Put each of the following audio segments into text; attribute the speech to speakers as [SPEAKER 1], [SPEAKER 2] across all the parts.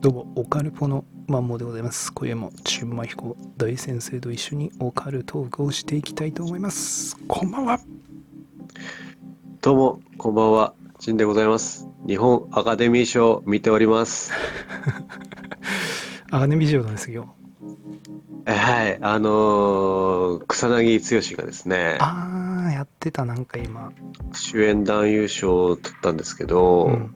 [SPEAKER 1] どうも、オカルポのマンモでございます。今夜も、チュンマヒコ大先生と一緒にオカルトークをしていきたいと思います。こんばんは。
[SPEAKER 2] どうも、こんばんは、ジンでございます。日本アカデミー賞を見ております。
[SPEAKER 1] アガネビジオなんですよ。
[SPEAKER 2] えはい、あのー草薙剛がですね、
[SPEAKER 1] あー、やってた、なんか今。
[SPEAKER 2] 主演男優賞を取ったんですけど、
[SPEAKER 1] うん。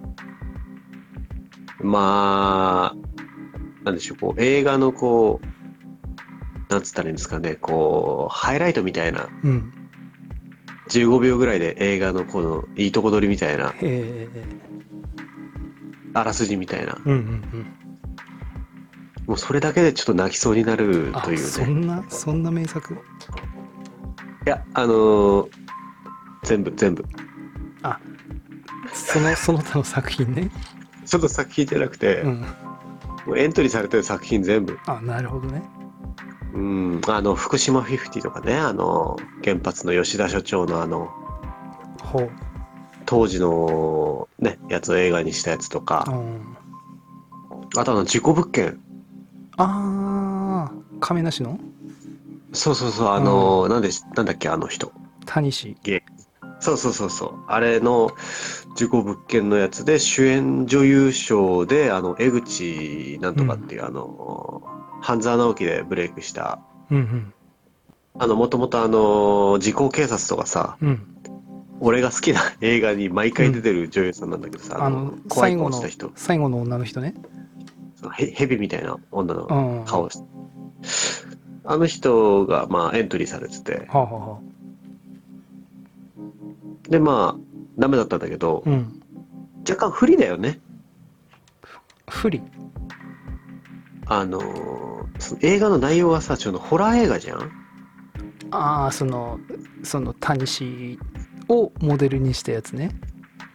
[SPEAKER 2] まあ、なんでしょう、こう映画のこう、なんつったらいいんですかね、こう、ハイライトみたいな、
[SPEAKER 1] うん。
[SPEAKER 2] 15秒ぐらいで映画のこの、いいとこ取りみたいな、
[SPEAKER 1] え
[SPEAKER 2] あらすじみたいな、
[SPEAKER 1] ー、うんうん
[SPEAKER 2] もうそれだけでちょっと泣きそうにな
[SPEAKER 1] う
[SPEAKER 2] る
[SPEAKER 1] ん。あ
[SPEAKER 2] とい、
[SPEAKER 1] そう
[SPEAKER 2] ね。
[SPEAKER 1] んな、そんな名作。
[SPEAKER 2] いや、あのー全部、全部。
[SPEAKER 1] そ の、その他の作品ね。
[SPEAKER 2] ちょっと作品じゃなくて、
[SPEAKER 1] うん。
[SPEAKER 2] もうエントリーされてる作品全部。
[SPEAKER 1] あ、なるほどね。
[SPEAKER 2] うん、あの、福島フィフティとかね、あの、原発の吉田所長のあの、
[SPEAKER 1] ほう。
[SPEAKER 2] 当時のね、やつを映画にしたやつと
[SPEAKER 1] う
[SPEAKER 2] か、
[SPEAKER 1] ん、
[SPEAKER 2] あとあの、事故物件。
[SPEAKER 1] あー、亀梨の
[SPEAKER 2] そうそうそう、あの、なんでし、なんだっけ、あの人。
[SPEAKER 1] 谷氏。
[SPEAKER 2] そうそうそうそう。あれの、事故物件のやつで、主演女優賞で、あの、江口なんとかっていう、あの、半沢直樹でブレイクした、
[SPEAKER 1] うん
[SPEAKER 2] あの、もともとあの、時効警察とかさ、
[SPEAKER 1] うん。うん。
[SPEAKER 2] 俺が好きな映画に毎回出てる女優さんなんだけどさ、
[SPEAKER 1] あの、
[SPEAKER 2] 怖
[SPEAKER 1] 最
[SPEAKER 2] い顔
[SPEAKER 1] 後
[SPEAKER 2] した
[SPEAKER 1] の
[SPEAKER 2] 人、
[SPEAKER 1] 最後の女の人ね。
[SPEAKER 2] ヘヘビみたいな女
[SPEAKER 1] う
[SPEAKER 2] の
[SPEAKER 1] ん。
[SPEAKER 2] 顔して、あの人が、まあ、エントリーされてて、
[SPEAKER 1] はあ、はあはあ、
[SPEAKER 2] で、まあ、ダメだったんだけど、
[SPEAKER 1] うん。
[SPEAKER 2] 若干不利だよね。
[SPEAKER 1] 不利。
[SPEAKER 2] あのーその映画の内容がさ、ちょっとホラー映画じゃん
[SPEAKER 1] ああ、その、その、谷氏をモデルにしたやつね。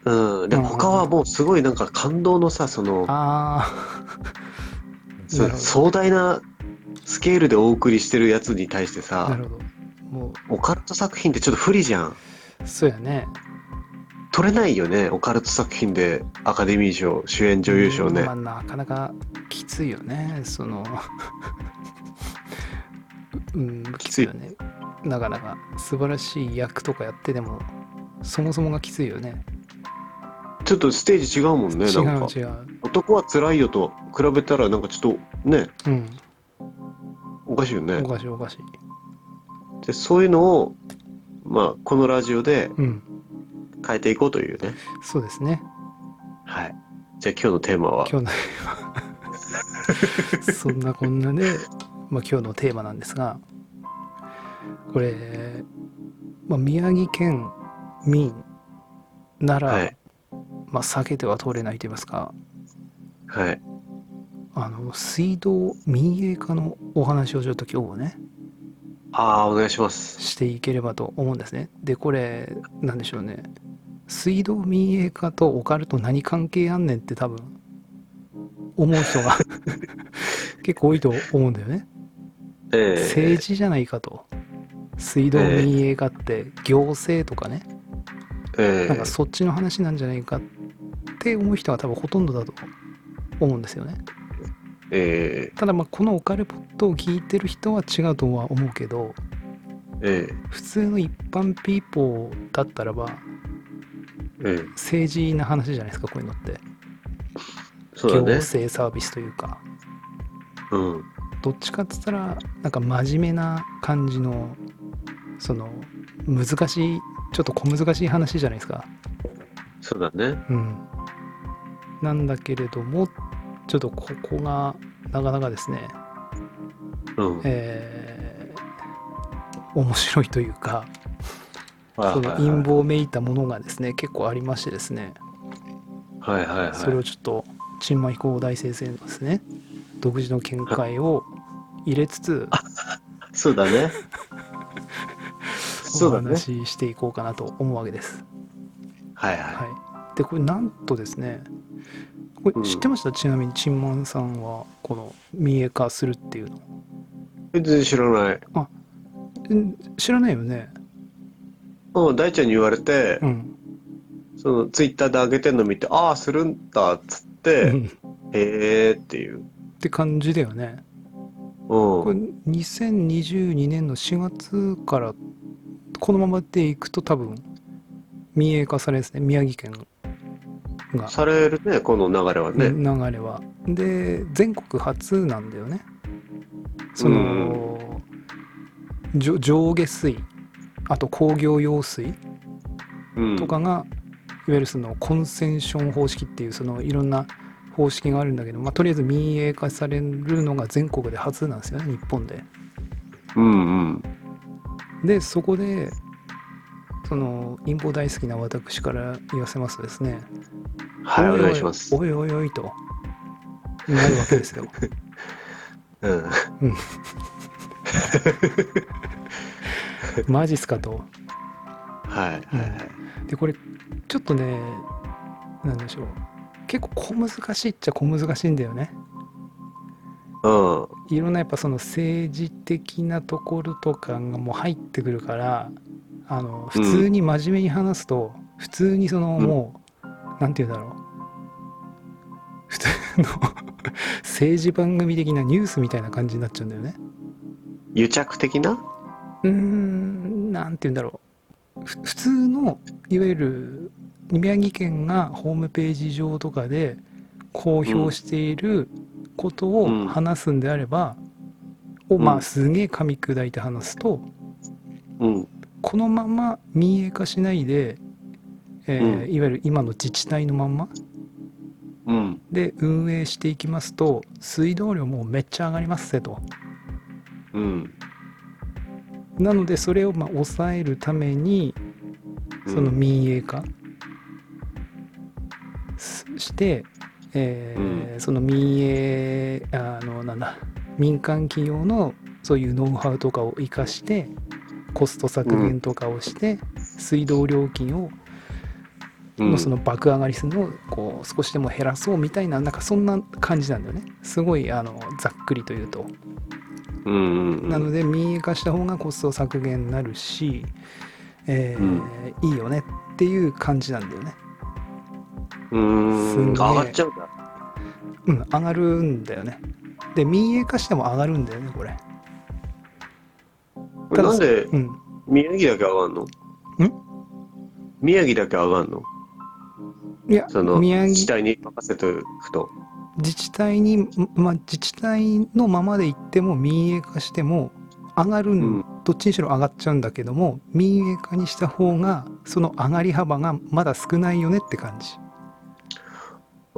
[SPEAKER 2] うん。で、
[SPEAKER 1] うん
[SPEAKER 2] 他はもうすごいなんか感動のさ、その、
[SPEAKER 1] あ
[SPEAKER 2] そ
[SPEAKER 1] なるほど
[SPEAKER 2] 壮大なスケールでお送りしてるやつに対して
[SPEAKER 1] あ、な
[SPEAKER 2] さ
[SPEAKER 1] る、ほど。も
[SPEAKER 2] オカルト作品ってちょっと不利じゃん。
[SPEAKER 1] う、そうやね。
[SPEAKER 2] 取れないよねオカルト作品でアカデミー賞主演女優賞ね、
[SPEAKER 1] まあ、なかなかきついよね。その、 うん、きついよね。なかなか素晴らしい役とかやってでも、そもそもがきついよね。
[SPEAKER 2] ちょっとステージ違うもんね
[SPEAKER 1] 違う
[SPEAKER 2] なんか
[SPEAKER 1] 違う。
[SPEAKER 2] 男は辛いよと比べたらなんかちょっとね
[SPEAKER 1] うん。
[SPEAKER 2] おかしいよね
[SPEAKER 1] おかしいおかしい。
[SPEAKER 2] でそういうのをまあこのラジオで
[SPEAKER 1] うん。
[SPEAKER 2] 変えていこうというね
[SPEAKER 1] そうですね。
[SPEAKER 2] はいじゃあ今日のテーマは
[SPEAKER 1] 今日の そんなこんなで、まあ、今日のテーマなんですがこれ、まあ、宮城県民なら、
[SPEAKER 2] はい
[SPEAKER 1] まあ、避けては通れないと言いますか
[SPEAKER 2] はい
[SPEAKER 1] あの水道民営化のお話をちょっと今日はね
[SPEAKER 2] ああお願いします
[SPEAKER 1] していければと思うんですね。でこれなんでしょうね水道民営化とオカルト何関係あんねんって多分思う人が 結構多いと思うんだよね。
[SPEAKER 2] ええ
[SPEAKER 1] 政治じゃないかと水道民営化って行政とかね、
[SPEAKER 2] え
[SPEAKER 1] なんかそっちの話なんじゃないかって思う人が多分ほとんどだと思うんですよね
[SPEAKER 2] ええ
[SPEAKER 1] ただまあこのオカルポットを聞いてる人は違うとは思うけど
[SPEAKER 2] ええ
[SPEAKER 1] 普通の一般ピーポーだったらば
[SPEAKER 2] ええ
[SPEAKER 1] 政治な話じゃないですかこういうのって
[SPEAKER 2] そ
[SPEAKER 1] 行
[SPEAKER 2] うだね
[SPEAKER 1] 政サービスというか
[SPEAKER 2] うん
[SPEAKER 1] どっちかって言ったらなんか真面目な感じのその難しいちょっと小難しい話じゃないですか
[SPEAKER 2] そうだね
[SPEAKER 1] うん、なんだけれどもちょっとここがなかなかですね、
[SPEAKER 2] うん
[SPEAKER 1] えー面白いというか
[SPEAKER 2] はい
[SPEAKER 1] その
[SPEAKER 2] はい
[SPEAKER 1] 陰謀めいたものがですね結構ありましてですね
[SPEAKER 2] はいはいはい
[SPEAKER 1] それをちょっと陳馬飛行大先生のですね独自の見解を入れつつ
[SPEAKER 2] そうだ ね。
[SPEAKER 1] お
[SPEAKER 2] そうだね。
[SPEAKER 1] 話ししていこうかなと思うわけです。
[SPEAKER 2] はいは
[SPEAKER 1] はい、でこれなんとですねこ
[SPEAKER 2] うん
[SPEAKER 1] れ知ってました、ちなみにチンマンさんはこの民営化するっていうの
[SPEAKER 2] い。全然知らない。
[SPEAKER 1] うん知らないよね
[SPEAKER 2] うん、大ちゃんに言われて
[SPEAKER 1] う、ん
[SPEAKER 2] そのツイッターで上げてんの見て、ああ、するんだっつっ
[SPEAKER 1] う
[SPEAKER 2] て、
[SPEAKER 1] ん
[SPEAKER 2] へえっていう。
[SPEAKER 1] て感じだよね。こ
[SPEAKER 2] う
[SPEAKER 1] れ
[SPEAKER 2] ん。
[SPEAKER 1] 2022年の4月からこのままでいくと多分民営化されるんですね宮城県が
[SPEAKER 2] されるね、この流れはね。
[SPEAKER 1] 流れは。で全国初なんだよね。その、じょ上下水あと工業用水
[SPEAKER 2] うん。
[SPEAKER 1] とかが、いわゆるそのコンセンション方式っていうそのいろんな方式があるんだけど、まあ、とりあえず民営化されるのが全国で初なんですよね日本で。
[SPEAKER 2] うんうん。
[SPEAKER 1] でそこでその陰謀大好きな私から言わせますとですね
[SPEAKER 2] はい、お願いします。
[SPEAKER 1] おいおいおいとなるわけ ですよ
[SPEAKER 2] うん。
[SPEAKER 1] マジっすかと
[SPEAKER 2] はいはいはい。
[SPEAKER 1] でこれちょっとねなんでしょう結構小難しいっちゃ小難しいんだよね
[SPEAKER 2] うん。
[SPEAKER 1] いろんなやっぱその政治的なところとかがもう入ってくるからあの普通に真面目に話すと、普通にそのもう、なんて言うんだろう普通の 政治番組的なニュースみたいな感じになっちゃうんだよね。
[SPEAKER 2] 癒着的な
[SPEAKER 1] うーんなんて言うんだろうふ普通のいわゆる宮城県がホームページ上とかで公表していること
[SPEAKER 2] うん
[SPEAKER 1] を話すんであれば、を
[SPEAKER 2] う
[SPEAKER 1] ま
[SPEAKER 2] ん
[SPEAKER 1] あすげえ噛み砕いて話すと
[SPEAKER 2] うん。
[SPEAKER 1] このまま民営化しないで、えー
[SPEAKER 2] う
[SPEAKER 1] いわゆる今の自治体のまんま
[SPEAKER 2] うん。
[SPEAKER 1] で運営していきますと水道料もうめっちゃ上がりますぜと。
[SPEAKER 2] うん。
[SPEAKER 1] なのでそれをまあ抑えるためにその民営化すして、えーその民営あのなんだ民間企業のそういうノウハウとかを生かしてコスト削減とかをして、水道料金を
[SPEAKER 2] うん
[SPEAKER 1] のその爆上がりするのをこう少しでも減らそうみたいななんかそんな感じなんだよねすごいあのざっくりと言うと。
[SPEAKER 2] うんうんうん
[SPEAKER 1] なので民営化した方がコスト削減になるし、えーいいよねっていう感じなんだよね。
[SPEAKER 2] うー
[SPEAKER 1] すんげえ
[SPEAKER 2] ん上がっちゃうんだ
[SPEAKER 1] うん、上がるんだよね。で、民営化しても上がるんだよね、これ。
[SPEAKER 2] これなんで
[SPEAKER 1] うん。
[SPEAKER 2] 宮城だけ上がんの宮城だけ上がんの
[SPEAKER 1] いや、
[SPEAKER 2] その
[SPEAKER 1] 宮
[SPEAKER 2] 自治
[SPEAKER 1] 城
[SPEAKER 2] 体に任せておくと
[SPEAKER 1] 自治体に、まあ、自治体のままでいっても民営化しても上がるん、
[SPEAKER 2] うん
[SPEAKER 1] どっちにしろ上がっちゃうんだけども、民営化にした方が、その上がり幅がまだ少ないよねって感じ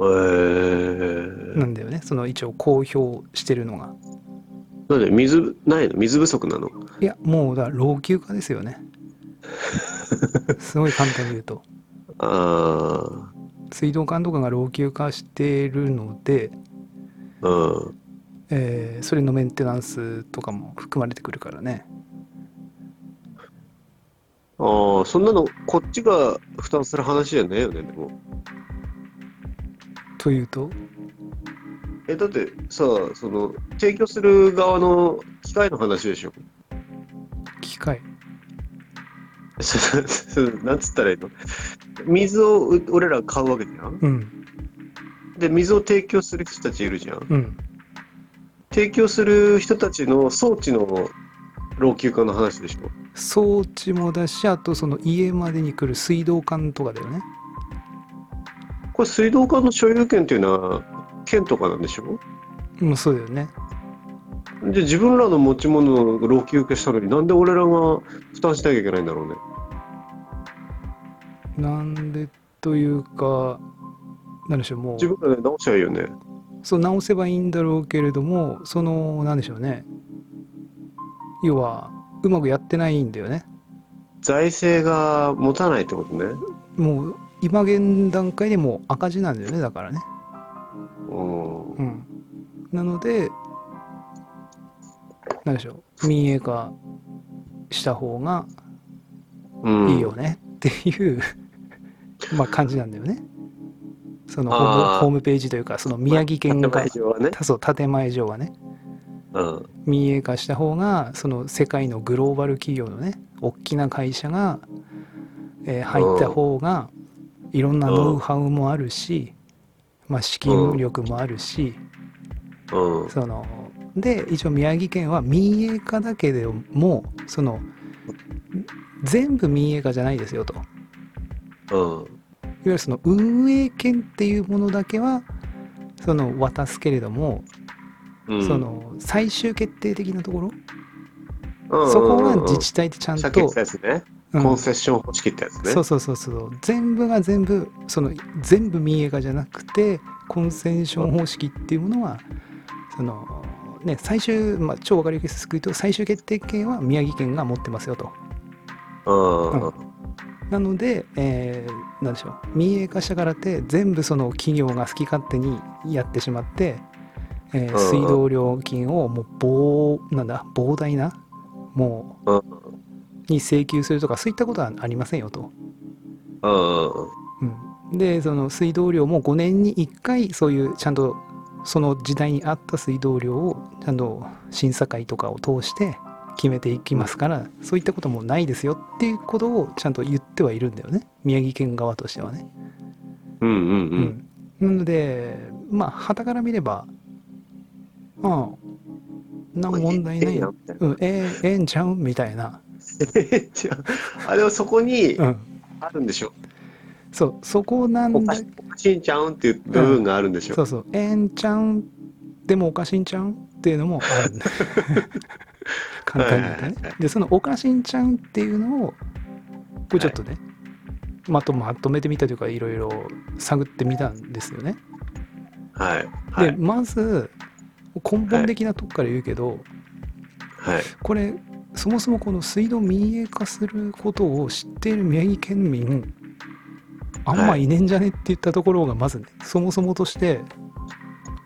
[SPEAKER 2] えー
[SPEAKER 1] なんだよね。その一応公表してるのが。
[SPEAKER 2] なんで水ないの水不足なの
[SPEAKER 1] いや、もうだ、老朽化ですよ ね。すごい簡単に言うと。
[SPEAKER 2] あ
[SPEAKER 1] 水道管とかが老朽化しているので、
[SPEAKER 2] あうん
[SPEAKER 1] えーそれのメンテナンスとかも含まれてくるからね。
[SPEAKER 2] あーそんなのこっちが負担する話じゃないよねでも
[SPEAKER 1] というと、
[SPEAKER 2] えだってさその提供する側の機械の話でしょ
[SPEAKER 1] 機械。
[SPEAKER 2] なんつったらいいの水をう俺ら買うわけじゃん
[SPEAKER 1] うん、
[SPEAKER 2] で水を提供する人たちいるじゃん
[SPEAKER 1] うん。
[SPEAKER 2] 提供する人たちの装置の老朽化の話でしょ
[SPEAKER 1] 装置もだし、あとその家までに来る水道管とかだよね。
[SPEAKER 2] これ水道管の所有権っていうのは県とかなんでしょ
[SPEAKER 1] もうそうだよね。
[SPEAKER 2] じゃあ自分らの持ち物を老朽化したのになんで俺らが負担しなきゃいけないんだろうね
[SPEAKER 1] なんでというか、なんでしょう、もう
[SPEAKER 2] 自。分らで直しちゃうよね
[SPEAKER 1] そう直せばいいんだろうけれどもそのなんでしょうね要はうまくやってないんだよね
[SPEAKER 2] 財政が持たないってことね
[SPEAKER 1] もう今現段階でもう赤字なんだよねだからね
[SPEAKER 2] うん
[SPEAKER 1] うんなのでなんでしょう民営化した方が
[SPEAKER 2] うん
[SPEAKER 1] いいよねっていう、 まあ感じなんだよねそのホーム
[SPEAKER 2] あー
[SPEAKER 1] ホームページというかその宮城県が、
[SPEAKER 2] 建前上はね、
[SPEAKER 1] そう建前上はね
[SPEAKER 2] うん、
[SPEAKER 1] 民営化した方がその世界のグローバル企業のね大きな会社が、えー入った方がいろんなノウハウもあるし、まあ、資金力もあるし、
[SPEAKER 2] うん。
[SPEAKER 1] そので一応宮城県は民営化だけでもその全部民営化じゃないですよといわ
[SPEAKER 2] うん。
[SPEAKER 1] ゆるその運営権っていうものだけはその渡すけれども、
[SPEAKER 2] うん。
[SPEAKER 1] その最終決定的なところ、
[SPEAKER 2] うんうんうんうん、
[SPEAKER 1] そこは自治体でちゃん
[SPEAKER 2] さっき言
[SPEAKER 1] と
[SPEAKER 2] っ、たやつね。
[SPEAKER 1] うん
[SPEAKER 2] コンセッション方式ってやつね。
[SPEAKER 1] そうそうそうそう全部が全部その全部民営化じゃなくてコンセンション方式っていうものはそのね最終、まあ、超分かりやすく言うと最終決定権は宮城県が持ってますよと
[SPEAKER 2] うん
[SPEAKER 1] うんなので、えーなんでしょう民営化したからって全部その企業が好き勝手にやってしまって、えー
[SPEAKER 2] うん
[SPEAKER 1] 水道料金をもう膨なんだ膨大なも
[SPEAKER 2] うん
[SPEAKER 1] うに請求するとかそういったことはありませんよと。
[SPEAKER 2] うんうん
[SPEAKER 1] うん、でその水道料も5年に1回そういうちゃんとその時代に合った水道料をちゃんと審査会とかを通して決めていきますから、そういったこともないですよっていうことをちゃんと言ってはいるんだよね宮城県側としてはね。
[SPEAKER 2] うんうんうん。
[SPEAKER 1] うんなのでまあはたから見ればああなんか問題ない
[SPEAKER 2] ええや
[SPEAKER 1] よ
[SPEAKER 2] ん、みたい
[SPEAKER 1] う
[SPEAKER 2] な
[SPEAKER 1] ん、ええええんちゃうみたいな、
[SPEAKER 2] えじゃ ああれはそこに
[SPEAKER 1] うん、
[SPEAKER 2] あるんでしょ。
[SPEAKER 1] そうそこなん
[SPEAKER 2] お
[SPEAKER 1] だ
[SPEAKER 2] かしおかしいんちゃうんっていう部分があるんでしょ。
[SPEAKER 1] そうそう、ええんちゃうんでもおかしいんちゃうんっていうの もあるんだ簡単に言うと
[SPEAKER 2] はい
[SPEAKER 1] ね
[SPEAKER 2] はいはい。
[SPEAKER 1] で、そのおかしいんちゃうんっていうのを、これちょっとね、まとまとめてみたというか、いろいろ探ってみたんですよね。
[SPEAKER 2] はいは
[SPEAKER 1] で、
[SPEAKER 2] い
[SPEAKER 1] まず、根本的なとこから言うけど、
[SPEAKER 2] はい。
[SPEAKER 1] これ、そもそもこの水道民営化することを知っている宮城県民、あんまいねえんじゃねって言ったところが、まずね、そもそもとして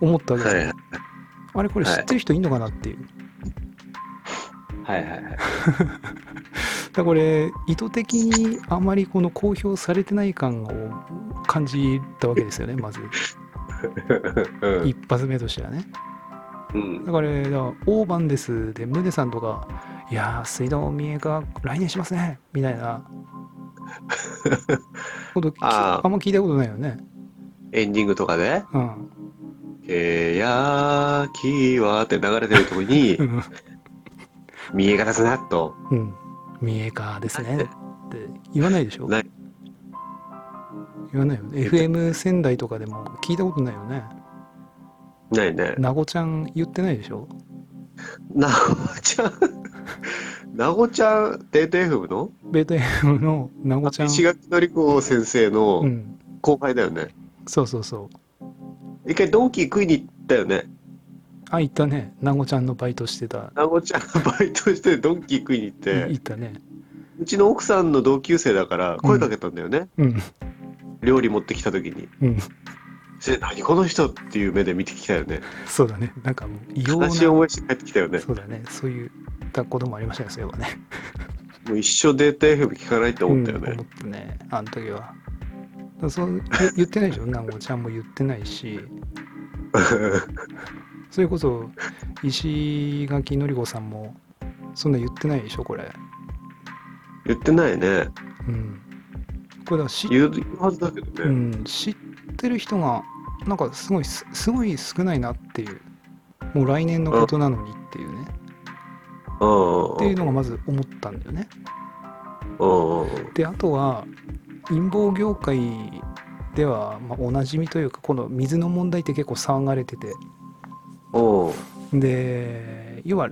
[SPEAKER 1] 思ったわけですよ
[SPEAKER 2] はい
[SPEAKER 1] あれこれ知
[SPEAKER 2] はい
[SPEAKER 1] ってる人いんのかなっていう。
[SPEAKER 2] はいはいはい。
[SPEAKER 1] だからこれ意図的にあまりこの公表されてない感を感じたわけですよね、まず。一発目としてはね。
[SPEAKER 2] うん
[SPEAKER 1] だから、だから大番ですで、ムネさんとか、いやー、水道民営化来年しますね、みたいな。こと聞き
[SPEAKER 2] あ
[SPEAKER 1] あ
[SPEAKER 2] ー
[SPEAKER 1] んま聞いたことないよね。
[SPEAKER 2] エンディングとかで
[SPEAKER 1] うん。
[SPEAKER 2] 「けやきは」って流れてるとこに
[SPEAKER 1] うん
[SPEAKER 2] 「見えが出すな」と
[SPEAKER 1] うん。民営化ですね。って言わないでしょ
[SPEAKER 2] ない
[SPEAKER 1] 言わないよね。
[SPEAKER 2] 言って
[SPEAKER 1] FM 仙台とかでも聞いたことないよね。
[SPEAKER 2] ないね
[SPEAKER 1] なごちゃん言ってないでしょ
[SPEAKER 2] なごちゃんなごちゃんデート FM の
[SPEAKER 1] ベート FM のなごちゃん。
[SPEAKER 2] 石垣のり子先生
[SPEAKER 1] う
[SPEAKER 2] の
[SPEAKER 1] ん。
[SPEAKER 2] 後輩だよね
[SPEAKER 1] そうそうそう。
[SPEAKER 2] 一回ドンキー食いに行ったよね
[SPEAKER 1] あ、行ったね。なごちゃんのバイトしてた。
[SPEAKER 2] なごちゃんがバイトしてドンキー食いに行っ
[SPEAKER 1] 行
[SPEAKER 2] て
[SPEAKER 1] ったね。
[SPEAKER 2] うちの奥さんの同級生だから声かけたんだよね
[SPEAKER 1] うん。
[SPEAKER 2] 料理持ってきた時に
[SPEAKER 1] うん。
[SPEAKER 2] 「え何この人」っていう目で見てきたよね
[SPEAKER 1] そうだね。なんかもう異様な。
[SPEAKER 2] 悲しい思いして帰ってきたよね
[SPEAKER 1] そうだね。そういったこともありましたね、そういえばね。
[SPEAKER 2] もう一生データ FM 聞かないって思ったよ
[SPEAKER 1] うん
[SPEAKER 2] ね
[SPEAKER 1] 思。ったね。あの時は。だからそうえ言ってないでしょなごちゃんも言ってないし。それこそ、石垣のりこさんも、そんな言ってないでしょ、これ。
[SPEAKER 2] 言ってないね。
[SPEAKER 1] うん。これだから知っ
[SPEAKER 2] 言う言うはずだけど
[SPEAKER 1] う
[SPEAKER 2] ね。
[SPEAKER 1] ん、知ってる人がなんかすごいすすごい少ないなっていうもう来年のことなのにっていうね、
[SPEAKER 2] うん。
[SPEAKER 1] っていうのがまず思ったんだよね
[SPEAKER 2] うん。うん。
[SPEAKER 1] であとは陰謀業界では、まあ、おなじみというかこの水の問題って結構騒がれてて
[SPEAKER 2] うん。うん
[SPEAKER 1] で要は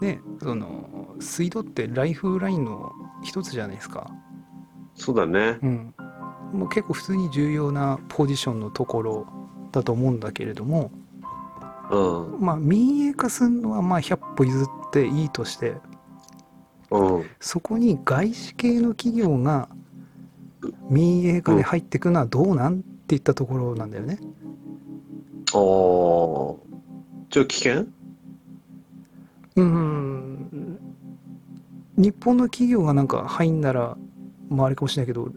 [SPEAKER 1] ねその水道ってライフラインの一つじゃないですか
[SPEAKER 2] そうだね。
[SPEAKER 1] うんもう結構普通に重要なポジションのところだと思うんだけれども、
[SPEAKER 2] うん。うん。
[SPEAKER 1] まあ、民営化するのはまあ100歩譲っていいとして
[SPEAKER 2] うん。
[SPEAKER 1] そこに外資系の企業が民営化で入ってくのはどうなんっていったところなんだよね。
[SPEAKER 2] おーちょっと危険
[SPEAKER 1] うん日本の企業がなんか入んなら、まあ、あれかもしれないけど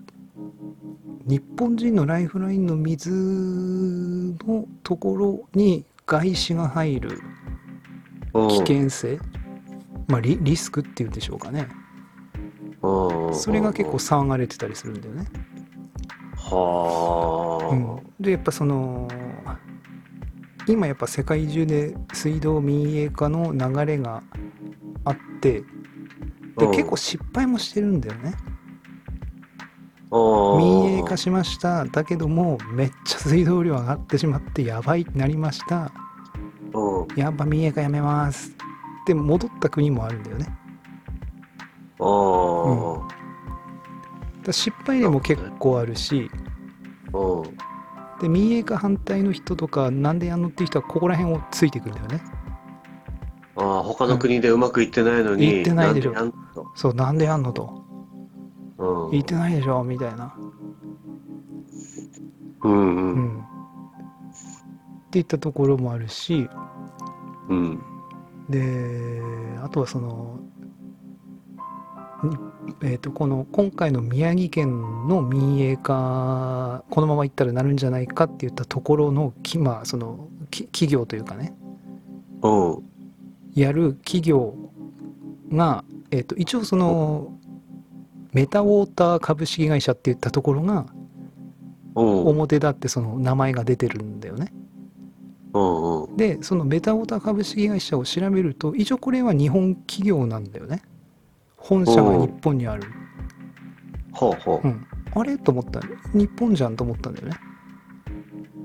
[SPEAKER 1] 日本人のライフラインの水のところに外資が入る
[SPEAKER 2] うん。
[SPEAKER 1] 危険性、まあ、リリスクっていうんでしょうかね。
[SPEAKER 2] うん。
[SPEAKER 1] それが結構騒がれてたりするんだよね。
[SPEAKER 2] 構。はうん
[SPEAKER 1] でやっぱその今やっぱ世界中で水道民営化の流れがあってで結構失敗もしてるんだよね
[SPEAKER 2] 構
[SPEAKER 1] 民営化しましただけどもめっちゃ水道量上がってしまってやばいなりました
[SPEAKER 2] うん
[SPEAKER 1] やっぱ民営化やめますって戻った国もあるんだよね
[SPEAKER 2] あー
[SPEAKER 1] だから失敗例も結構あるし
[SPEAKER 2] うん
[SPEAKER 1] で民営化反対の人とかなんでやんのっていう人はここら辺をついてくんだよね
[SPEAKER 2] あー他の国でうまくいってないの
[SPEAKER 1] うん
[SPEAKER 2] に、
[SPEAKER 1] いってないでしょ
[SPEAKER 2] なんで
[SPEAKER 1] そうなんでやんのと
[SPEAKER 2] やんうん
[SPEAKER 1] 言ってないでしょみたいな
[SPEAKER 2] うんう
[SPEAKER 1] うんんっていったところもあるし
[SPEAKER 2] うん
[SPEAKER 1] であとはその、にえー、とこの今回の宮城県の民営化このままいったらなるんじゃないかって言ったところのきまあそのき企業というかね
[SPEAKER 2] うん
[SPEAKER 1] やる企業が、えー、と一応そのメタウォーター株式会社って言ったところが
[SPEAKER 2] うんうん
[SPEAKER 1] 表立ってその名前が出てるんだよね。
[SPEAKER 2] うんうん
[SPEAKER 1] でそのメタオタ株式会社を調べると一応これは日本企業なんだよね本社が日本にある、
[SPEAKER 2] ほうほ
[SPEAKER 1] うん、あれと思った日本じゃんと思ったんだよね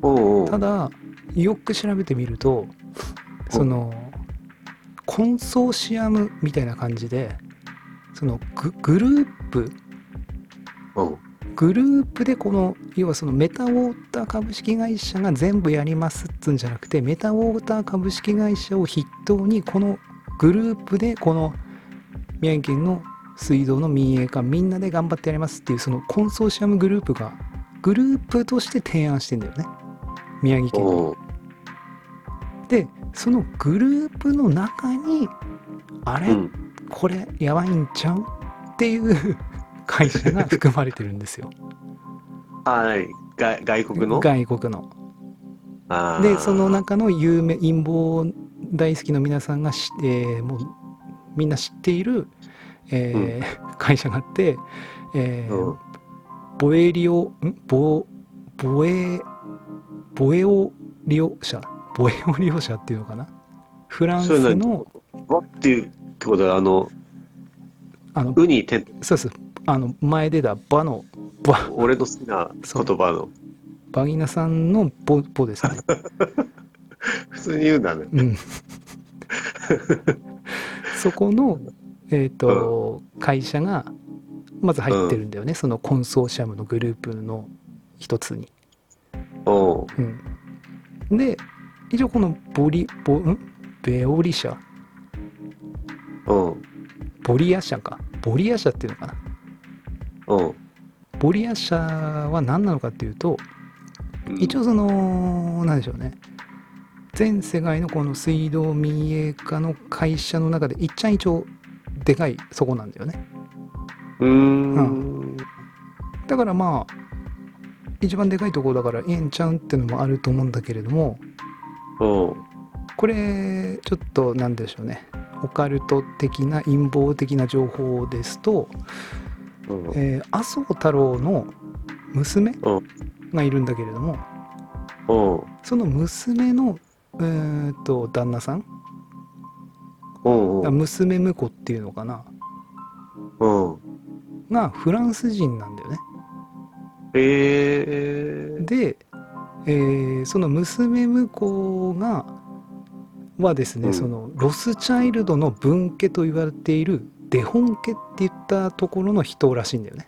[SPEAKER 2] ううんうん
[SPEAKER 1] ただよく調べてみるとそのコンソーシアムみたいな感じでそのググループ
[SPEAKER 2] うん
[SPEAKER 1] グループでこの要はそのメタウォーター株式会社が全部やりますっつうんじゃなくてメタウォーター株式会社を筆頭にこのグループでこの宮城県の水道の民営化みんなで頑張ってやりますっていうそのコンソーシアムグループがグループとして提案してんだよね宮城県に
[SPEAKER 2] うん
[SPEAKER 1] でそのグループの中にあれ、
[SPEAKER 2] うん
[SPEAKER 1] これやばいんちゃうっていう会社が含まれてるんですよ
[SPEAKER 2] あー外外国の
[SPEAKER 1] 外国の。
[SPEAKER 2] あー
[SPEAKER 1] でその中の有名陰謀大好きの皆さんがし、えーもうみんな知っている、えー会社があって、えー
[SPEAKER 2] うん
[SPEAKER 1] ボエリオんボボエボエオリオ社ボエオリオ社っていうのかなフラン
[SPEAKER 2] そうい
[SPEAKER 1] ス
[SPEAKER 2] う
[SPEAKER 1] の
[SPEAKER 2] わっていうってことはあの
[SPEAKER 1] あの
[SPEAKER 2] ウニて
[SPEAKER 1] そうですあの前出たバのバ
[SPEAKER 2] 俺の好きな言葉の
[SPEAKER 1] バギナさんのボボですね
[SPEAKER 2] 普通に言うんだね
[SPEAKER 1] うん そこの、えーと会社がまず入ってるんだよね、そのコンソーシアムのグループの一つに。
[SPEAKER 2] うん
[SPEAKER 1] うん、で一応このボリボんベオリ社
[SPEAKER 2] うん
[SPEAKER 1] ボリア社かボリア社っていうのかな
[SPEAKER 2] うん
[SPEAKER 1] ボリア社は何なのかっていうと一応その何でしょうね全世界のこの水道民営化の会社の中でいっちゃん一応でかいそこなんだよね。
[SPEAKER 2] うーん
[SPEAKER 1] だからまあ一番でかいところだからええんちゃうんってのもあると思うんだけれども
[SPEAKER 2] うん
[SPEAKER 1] これちょっと何でしょうねオカルト的な陰謀的な情報ですと、
[SPEAKER 2] うん
[SPEAKER 1] えー麻生太郎の娘
[SPEAKER 2] う
[SPEAKER 1] がいるんだけれども
[SPEAKER 2] うん
[SPEAKER 1] その娘のえーっと旦那さん
[SPEAKER 2] うんうん
[SPEAKER 1] 娘婿っていうのかな
[SPEAKER 2] うん
[SPEAKER 1] がフランス人なんだよね。
[SPEAKER 2] えー
[SPEAKER 1] で、えーその娘婿がはですね、
[SPEAKER 2] うん
[SPEAKER 1] そのロスチャイルドの分家と言われているデホン家って言ったところの人らしいんだよね。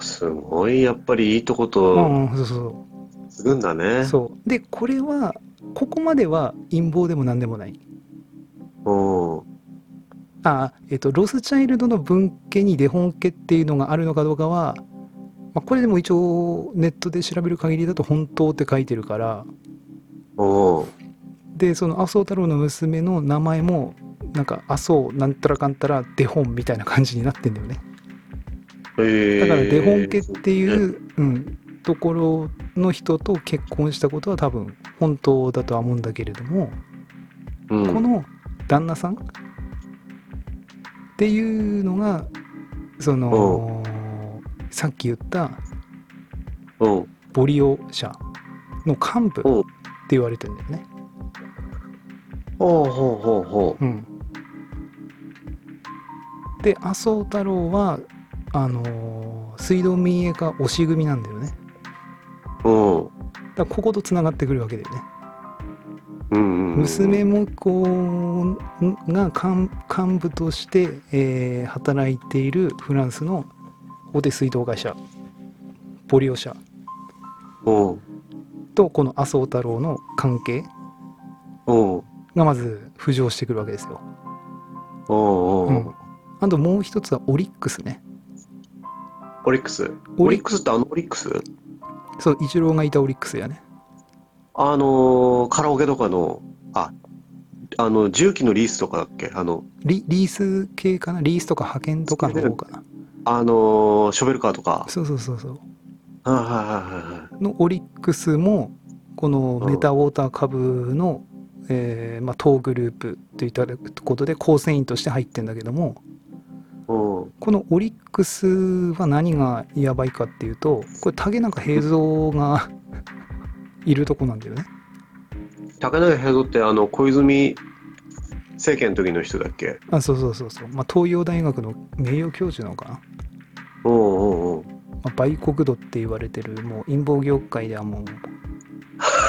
[SPEAKER 2] すごいやっぱりいいとこ
[SPEAKER 1] う
[SPEAKER 2] と
[SPEAKER 1] んうん、そうそ
[SPEAKER 2] するんだ
[SPEAKER 1] う
[SPEAKER 2] ね
[SPEAKER 1] そう。でこれはここまでは陰謀でも何でもない。
[SPEAKER 2] うん
[SPEAKER 1] あえっ、とロスチャイルドの分家にデホン家っていうのがあるのかどうかは、まあ、これでも一応ネットで調べる限りだと本当って書いてるから。
[SPEAKER 2] うん
[SPEAKER 1] でその麻生太郎の娘の名前もなんか麻生なんたらかんたらデホンみたいな感じになってんだよね
[SPEAKER 2] えー
[SPEAKER 1] だからデホン家っていう、うん、ところの人と結婚したことは多分本当だとは思うんだけれども、
[SPEAKER 2] うん
[SPEAKER 1] この旦那さんっていうのがそのさっき言った
[SPEAKER 2] うん
[SPEAKER 1] ボリオ社の幹部
[SPEAKER 2] うん
[SPEAKER 1] って言われてるんだよね。
[SPEAKER 2] ほうほうほうほ
[SPEAKER 1] うん、で麻生太郎はあのー水道民営化推し組なんだよね。
[SPEAKER 2] う。うん。
[SPEAKER 1] だからこことつながってくるわけだよね。
[SPEAKER 2] うんうんうん、
[SPEAKER 1] 娘婿が幹幹部として、えー働いているフランスの大手水道会社ボリオ社
[SPEAKER 2] うん
[SPEAKER 1] とこの麻生太郎の関係
[SPEAKER 2] うんうん
[SPEAKER 1] がまず浮上してくるわけですよ。
[SPEAKER 2] うんう
[SPEAKER 1] うんんあともう一つはオリックスね。
[SPEAKER 2] オリックス
[SPEAKER 1] オ
[SPEAKER 2] オ
[SPEAKER 1] リ
[SPEAKER 2] リックスってあのオリックス
[SPEAKER 1] そう、イチローがいたオリックスやね。
[SPEAKER 2] あのーカラオケとかのああの重機のリースとかだっけあの
[SPEAKER 1] リリース系かなリースとか派遣とかの方かな
[SPEAKER 2] あのーショベルカーとか
[SPEAKER 1] そうそうそうそう
[SPEAKER 2] はいはいはいはいはい
[SPEAKER 1] のオリックスもこのメタウォーター株の、えーまあ、当グループといったことで構成員として入ってんだけども
[SPEAKER 2] うん
[SPEAKER 1] このオリックスは何がやばいかっていうとこれ竹中平蔵がいるとこなんだよね
[SPEAKER 2] 竹中平蔵ってあの小泉政権の時の人だっけ
[SPEAKER 1] あそうそうそうそう、まあ、東洋大学の名誉教授なのかな、
[SPEAKER 2] うんうんうん
[SPEAKER 1] まあ、売国度って言われてるもう陰謀業界ではもう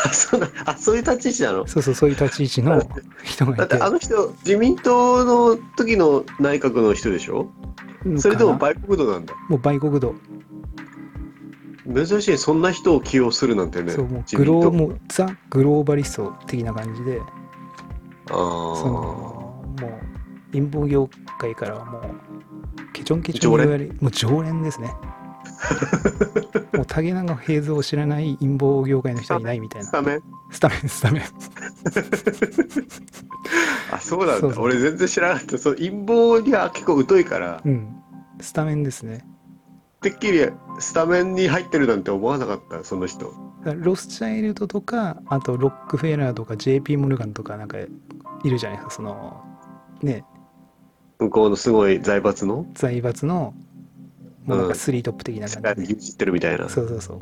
[SPEAKER 2] あ そうなあそういう立ち位置なの
[SPEAKER 1] そうそうそういう立ち位置の人が
[SPEAKER 2] だっ
[SPEAKER 1] いて
[SPEAKER 2] てあの人自民党の時の内閣の人でしょそれとも
[SPEAKER 1] かな
[SPEAKER 2] 売国度なんだ
[SPEAKER 1] もう売国度
[SPEAKER 2] 珍しいそんな人を起用するなんてね
[SPEAKER 1] そうもう
[SPEAKER 2] 自
[SPEAKER 1] グ
[SPEAKER 2] 民
[SPEAKER 1] ロ
[SPEAKER 2] 党
[SPEAKER 1] ーもうザ・グローバリスト的な感じでそ
[SPEAKER 2] あ
[SPEAKER 1] のもう陰謀業界からはもうケチョンケチョンに言われもう常連 ですねもう竹中平蔵を知らない陰謀業界の人はいないみたい
[SPEAKER 2] あ
[SPEAKER 1] な
[SPEAKER 2] スタメン
[SPEAKER 1] スタメンスタメン
[SPEAKER 2] あそうなんだ
[SPEAKER 1] そうそう
[SPEAKER 2] 俺全然知らなかったその陰謀には結構疎いから
[SPEAKER 1] うんスタメンですね
[SPEAKER 2] てっきりスタメンに入ってるなんて思わなかったその人
[SPEAKER 1] だからロスチャイルドとかあとロックフェラーとか JP モルガンとかなんかいるじゃないですかそのね
[SPEAKER 2] 向こうのすごい財閥の
[SPEAKER 1] 財閥のもうなんかスリートップ的な
[SPEAKER 2] 世
[SPEAKER 1] 感じで
[SPEAKER 2] 界、に牛耳ってるみたいな
[SPEAKER 1] そうそうそ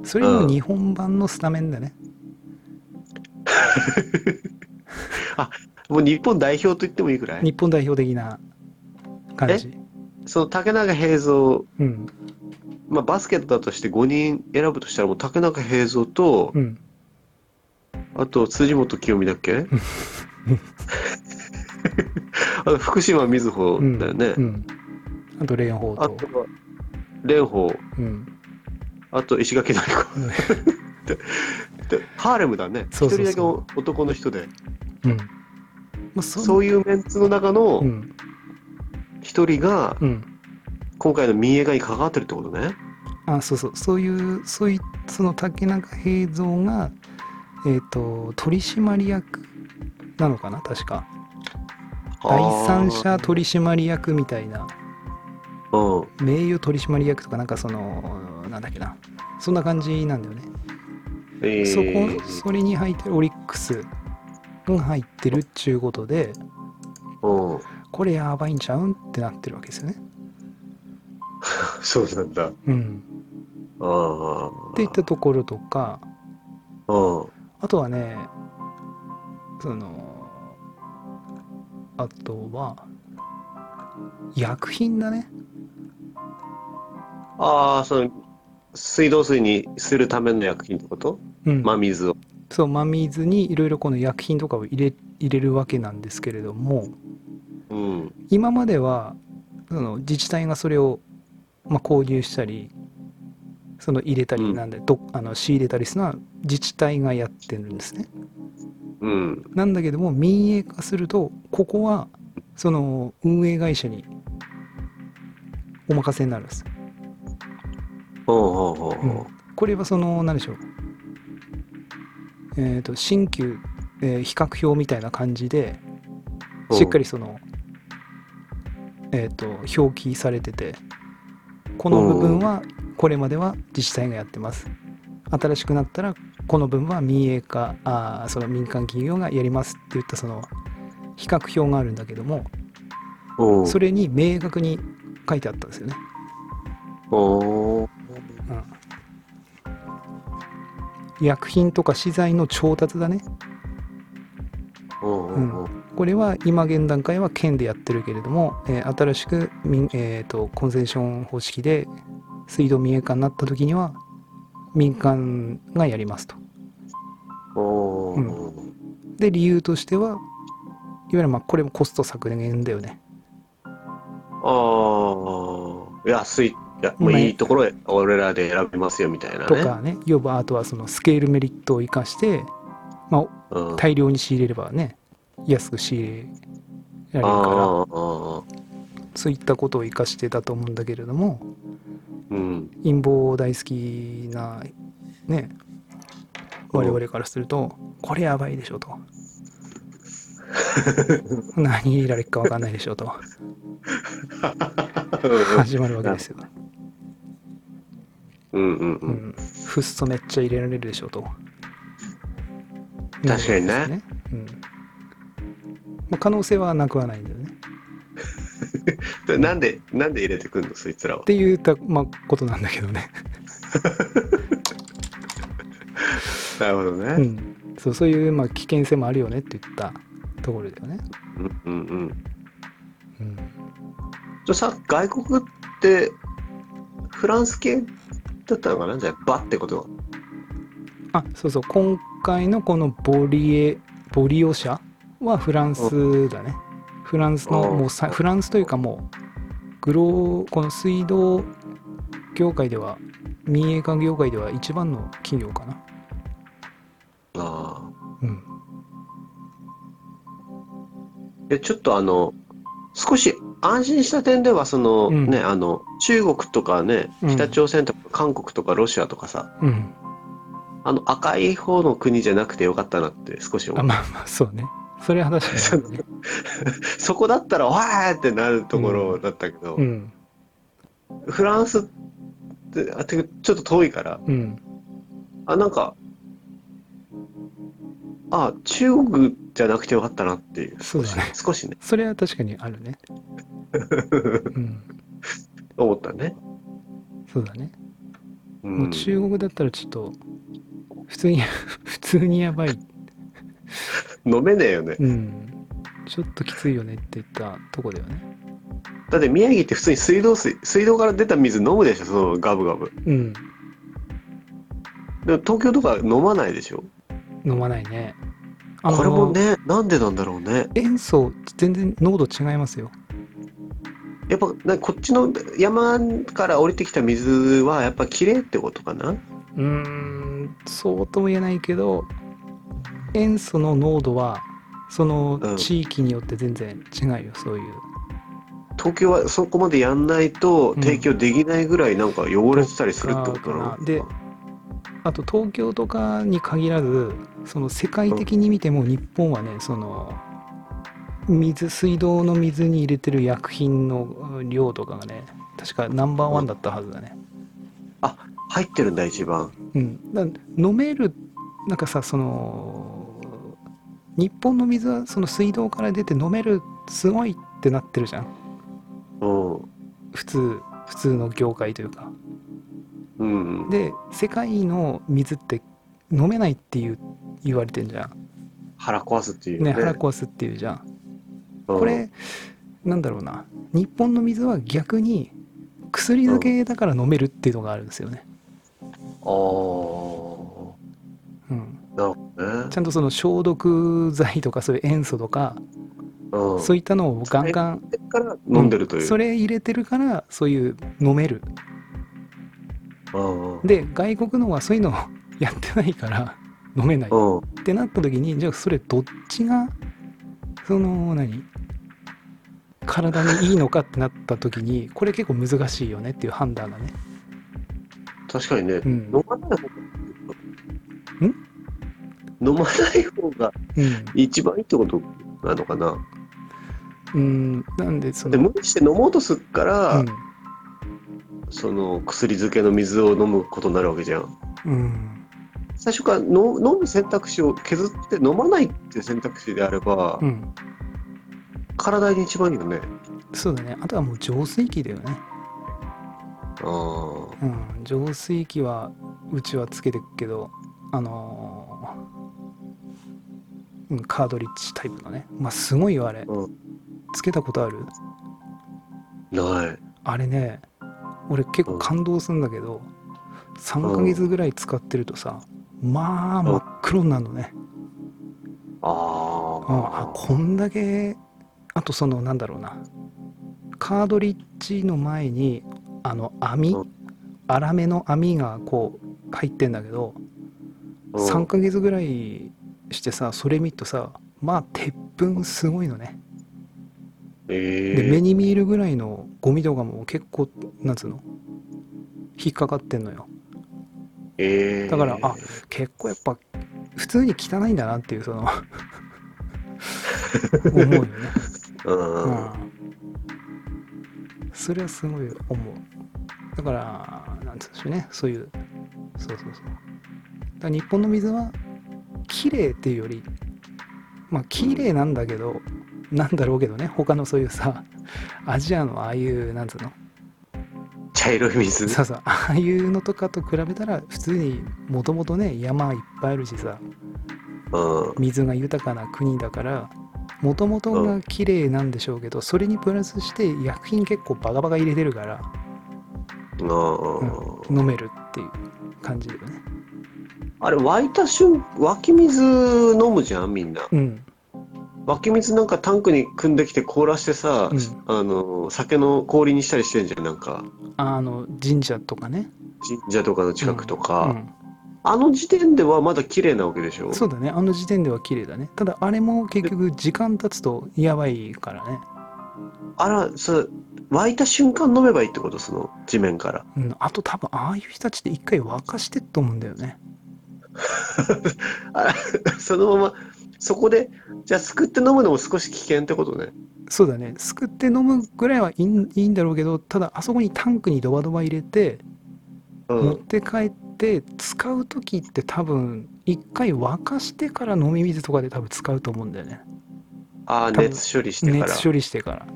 [SPEAKER 1] う。それの日本版のスタメンだね。
[SPEAKER 2] もう日本代表と言ってもいいくらい
[SPEAKER 1] 日本代表的な感じ。
[SPEAKER 2] その竹中平蔵、
[SPEAKER 1] うん。
[SPEAKER 2] まあ、バスケットだとして5人選ぶとしたらもう竹中平蔵と、
[SPEAKER 1] うん。
[SPEAKER 2] あと辻元清美だ っけあと福島みずほ
[SPEAKER 1] うん。
[SPEAKER 2] だよね、
[SPEAKER 1] うん。あと、レンホー
[SPEAKER 2] あ
[SPEAKER 1] と。
[SPEAKER 2] とは蓮舫
[SPEAKER 1] うん。
[SPEAKER 2] あと石垣のり子で ハーレムだね
[SPEAKER 1] そ
[SPEAKER 2] 一
[SPEAKER 1] うそうそ
[SPEAKER 2] 人
[SPEAKER 1] う
[SPEAKER 2] だけ男の人で
[SPEAKER 1] うん。まあ、そ
[SPEAKER 2] そういうメンツの中の
[SPEAKER 1] うん。
[SPEAKER 2] 一人が
[SPEAKER 1] うん。
[SPEAKER 2] 今回の民営化に関わってるってことね
[SPEAKER 1] あ、そうそう。そういう、そういう、その竹中平蔵が、えっ、と、取締役なのかな確か。第三者取締役みたいな。
[SPEAKER 2] うんうん
[SPEAKER 1] 名誉取締役とか、なんかその、なんだっけな。そんな感じなんだよね。
[SPEAKER 2] え
[SPEAKER 1] そ
[SPEAKER 2] ー
[SPEAKER 1] こそれに入ってるオリックスが入ってるっちゅうことで
[SPEAKER 2] うん
[SPEAKER 1] これやばいんちゃうんってなってるわけですよね。
[SPEAKER 2] そうなんだ
[SPEAKER 1] うん、
[SPEAKER 2] ああ
[SPEAKER 1] っていったところとか
[SPEAKER 2] うん
[SPEAKER 1] あとはねそのあとは薬品だね
[SPEAKER 2] ああその水道水にするための薬品ってこと
[SPEAKER 1] うん、
[SPEAKER 2] 真水を
[SPEAKER 1] そう真水にいろいろこの薬品とかを入れ入れるわけなんですけれども
[SPEAKER 2] うん
[SPEAKER 1] 今まではその自治体がそれを、まあ、購入したりその入れたり
[SPEAKER 2] うん
[SPEAKER 1] なんで、どあの仕入れたりするのは自治体がやってるんですね。
[SPEAKER 2] うん
[SPEAKER 1] なんだけども民営化するとここはその運営会社にお任せになるんです。
[SPEAKER 2] うんうんうん
[SPEAKER 1] う
[SPEAKER 2] うん
[SPEAKER 1] んこれはその何でしょう、えー、と新旧、えー比較表みたいな感じで
[SPEAKER 2] うん
[SPEAKER 1] しっかりその、えー、と表記されててこの部分はこれまでは自治体がやってます新しくなったらこの分は民営化あーその民間企業がやりますっていったその比較表があるんだけども
[SPEAKER 2] うん
[SPEAKER 1] それに明確に書いてあったんですよね。
[SPEAKER 2] おー
[SPEAKER 1] うん薬品とか資材の調達だね
[SPEAKER 2] うんうんうん
[SPEAKER 1] これは今現段階は県でやってるけれども、えー新しく民、えー、とコンセンション方式で水道民営化になった時には民間がやりますと。
[SPEAKER 2] おー
[SPEAKER 1] で理由としてはいわゆるまあこれもコスト削減だよね。
[SPEAKER 2] ああいや安いいやもういいところへ俺らで選びますよみたいなね
[SPEAKER 1] とかね要はあとはそのスケールメリットを生かして、ま
[SPEAKER 2] うん
[SPEAKER 1] あ、大量に仕入れればね安く仕入れられるか
[SPEAKER 2] あーあーあー
[SPEAKER 1] らそういったことを生かしてたと思うんだけれども
[SPEAKER 2] うん
[SPEAKER 1] 陰謀大好きなね
[SPEAKER 2] うん
[SPEAKER 1] 我々からするとこれやばいでしょ と何入れられっか分かんないでしょと始まるわけですよ、
[SPEAKER 2] うんうんう
[SPEAKER 1] うんん、フッ素めっちゃ入れられるでしょと
[SPEAKER 2] 確かにね
[SPEAKER 1] なるわけですうんまあ、可能性はなくはないんだよね
[SPEAKER 2] でなんでなんで入れてくんのそいつらは
[SPEAKER 1] っていうた、まあ、ことなんだけどね、
[SPEAKER 2] なるほど
[SPEAKER 1] う
[SPEAKER 2] ね
[SPEAKER 1] ん、そうそういう、まあ、危険性もあるよねって言ったところだよね、
[SPEAKER 2] うんうんうん
[SPEAKER 1] うん、
[SPEAKER 2] じゃあさ外国ってフランス系だったのかなじゃあバってことは
[SPEAKER 1] あそうそう今回のこのボリエボリオ社はフランスだねフランスの
[SPEAKER 2] うん
[SPEAKER 1] もうさフランスというかもうグローこの水道業界では民営化業界では一番の企業かな
[SPEAKER 2] ああ
[SPEAKER 1] うん
[SPEAKER 2] えちょっとあの少し安心した点ではその、
[SPEAKER 1] うん
[SPEAKER 2] ねあの中国とかね
[SPEAKER 1] うん
[SPEAKER 2] 北朝鮮とか韓国とかロシアとかさ、
[SPEAKER 1] うん
[SPEAKER 2] あの赤い方の国じゃなくてよかったなって少し思
[SPEAKER 1] あ
[SPEAKER 2] う、
[SPEAKER 1] まあまあそうねそれは確かにあるね、
[SPEAKER 2] そこだったらわーってなるところだったけど、
[SPEAKER 1] うん
[SPEAKER 2] フランスってあてかちょっと遠いから
[SPEAKER 1] うん
[SPEAKER 2] あなんかあ中国じゃなくてよかったなっていう
[SPEAKER 1] そう
[SPEAKER 2] 少
[SPEAKER 1] だ
[SPEAKER 2] し
[SPEAKER 1] ね
[SPEAKER 2] 少しね
[SPEAKER 1] それは確かにある ねうん
[SPEAKER 2] 思ったね、
[SPEAKER 1] そうだね
[SPEAKER 2] う、
[SPEAKER 1] もうん中国だったらちょっと普通に普通にやばい
[SPEAKER 2] 飲めねえよね
[SPEAKER 1] うん、ちょっときついよねって言ったとこだよね。
[SPEAKER 2] だって宮城って普通に水道水水道から出た水飲むでしょそのガブガブ
[SPEAKER 1] うん、
[SPEAKER 2] でも東京とか飲まないでしょ
[SPEAKER 1] 飲まないね。あの
[SPEAKER 2] これも。ねなんでなんだろうね
[SPEAKER 1] 塩素、全然濃度違いますよ。
[SPEAKER 2] やっぱなこっちの山から降りてきた水はやっぱ綺麗ってことかな
[SPEAKER 1] うーん、そうとも言えないけど、塩素の濃度は、その
[SPEAKER 2] うん
[SPEAKER 1] 地域によって全然違うよ、そういう。
[SPEAKER 2] 東京はそこまでやんないと
[SPEAKER 1] うん
[SPEAKER 2] 提供できないぐらいなんか汚れてたりするってことなの
[SPEAKER 1] かであと東京とかに限らず、その世界的に見ても日本はね、その、水水道の水に入れてる薬品のうん量とかがね確かナンバーワンだったはずだね
[SPEAKER 2] 入ってるんだ一番
[SPEAKER 1] うん、だ飲めるなんかさその日本の水はその水道から出て飲めるすごいってなってるじゃん
[SPEAKER 2] うん
[SPEAKER 1] 普通普通の業界というか
[SPEAKER 2] うん
[SPEAKER 1] で世界の水って飲めないっていう言われてんじゃん
[SPEAKER 2] 腹壊すっていう
[SPEAKER 1] ね
[SPEAKER 2] ね
[SPEAKER 1] 腹壊すっていうじゃん
[SPEAKER 2] うん
[SPEAKER 1] これなんだろうな日本の水は逆に薬漬けだから飲めるっていうのがあるんですよね、
[SPEAKER 2] あー
[SPEAKER 1] うん、
[SPEAKER 2] なるほどね
[SPEAKER 1] ちゃんとその消毒剤とかそういう塩素とか、
[SPEAKER 2] うん
[SPEAKER 1] そういったのをガンガン
[SPEAKER 2] から飲んでるという、
[SPEAKER 1] それ入れてるからそういう飲める
[SPEAKER 2] うんうん
[SPEAKER 1] で外国のはそういうのをやってないから 飲めないっ
[SPEAKER 2] うん
[SPEAKER 1] てなった時にじゃあそれどっちがその何体にいいのかってなった時にこれ結構難しいよねっていう判断がね、
[SPEAKER 2] 確かにね、
[SPEAKER 1] うん
[SPEAKER 2] 飲まない方が飲まない方が
[SPEAKER 1] うん
[SPEAKER 2] 一番いいってことなのかな
[SPEAKER 1] うん、なんでそ
[SPEAKER 2] で
[SPEAKER 1] の、
[SPEAKER 2] 無理して飲もうとするから、
[SPEAKER 1] うん
[SPEAKER 2] その薬漬けの水を飲むことになるわけじゃん
[SPEAKER 1] うん
[SPEAKER 2] 最初からの飲む選択肢を削って飲まないっていう選択肢であれば、
[SPEAKER 1] うん、
[SPEAKER 2] 体に一番いいよね
[SPEAKER 1] そうだねあとはもう浄水器だよね、
[SPEAKER 2] あ
[SPEAKER 1] うん、浄水器はうちはつけてるけどあのーうんカードリッジタイプのねまあすごいよあれ
[SPEAKER 2] うん
[SPEAKER 1] つけたことある
[SPEAKER 2] ない。
[SPEAKER 1] あれね俺結構感動するんだけど3ヶ月ぐらい使ってるとさまあ真っ黒になるのね、
[SPEAKER 2] あ
[SPEAKER 1] うんあ
[SPEAKER 2] あ。
[SPEAKER 1] こんだけあとそのなんだろうなカードリッジの前にあの網
[SPEAKER 2] うん
[SPEAKER 1] 粗めの網がこう入ってんだけど
[SPEAKER 2] うん
[SPEAKER 1] 3ヶ月ぐらいしてさそれ見るとさまあ鉄粉すごいのね
[SPEAKER 2] え
[SPEAKER 1] で
[SPEAKER 2] え
[SPEAKER 1] 目に見えるぐらいのゴミとかも結構なんつうの引っかかってんのよ
[SPEAKER 2] ええ
[SPEAKER 1] だからあ結構やっぱ普通に汚いんだなっていう その思うよね、
[SPEAKER 2] うん。
[SPEAKER 1] うん、それはすごい思うだからなんつうんでしょうねそういうそうそうそうだから日本の水は綺麗っていうよりまあ綺麗なんだけど、なんだろうけどね他のそういうさアジアのああいうなんつうの
[SPEAKER 2] 茶色い水ね
[SPEAKER 1] そうそうああいうのとかと比べたら普通にもともとね山いっぱいあるしさ
[SPEAKER 2] うん。
[SPEAKER 1] 水が豊かな国だからもともとが綺麗なんでしょうけど、それにプラスして薬品結構バカバカ入れてるから
[SPEAKER 2] うん
[SPEAKER 1] 飲めるっていう感じだよね
[SPEAKER 2] あれ湧いた瞬湧き水飲むじゃんみんな
[SPEAKER 1] うん
[SPEAKER 2] 湧き水なんかタンクに汲んできて凍らしてさ、
[SPEAKER 1] うん
[SPEAKER 2] あの酒の氷にしたりしてんじゃんなんか
[SPEAKER 1] あの神社とかね
[SPEAKER 2] 神社とかの近くとか、
[SPEAKER 1] うん
[SPEAKER 2] あの時点ではまだ綺麗なわけでしょ
[SPEAKER 1] そうだねあの時点では綺麗だねただあれも結局時間経つとやばいからね、
[SPEAKER 2] あらそ湧いた瞬間飲めばいいってことその地面から
[SPEAKER 1] うん、あと多分ああいう人たちって一回沸かしてっと思うんだよね
[SPEAKER 2] あそのままそこでじゃあすくって飲むのも少し危険ってことね
[SPEAKER 1] そうだねすくって飲むぐらいはいいんいいんだろうけどただあそこにタンクにドバドバ入れて
[SPEAKER 2] うん、
[SPEAKER 1] 持って帰って使う時って多分一回沸かしてから飲み水とかで多分使うと思うんだよね
[SPEAKER 2] ああ
[SPEAKER 1] 多分
[SPEAKER 2] 熱処理してから
[SPEAKER 1] 熱処理してから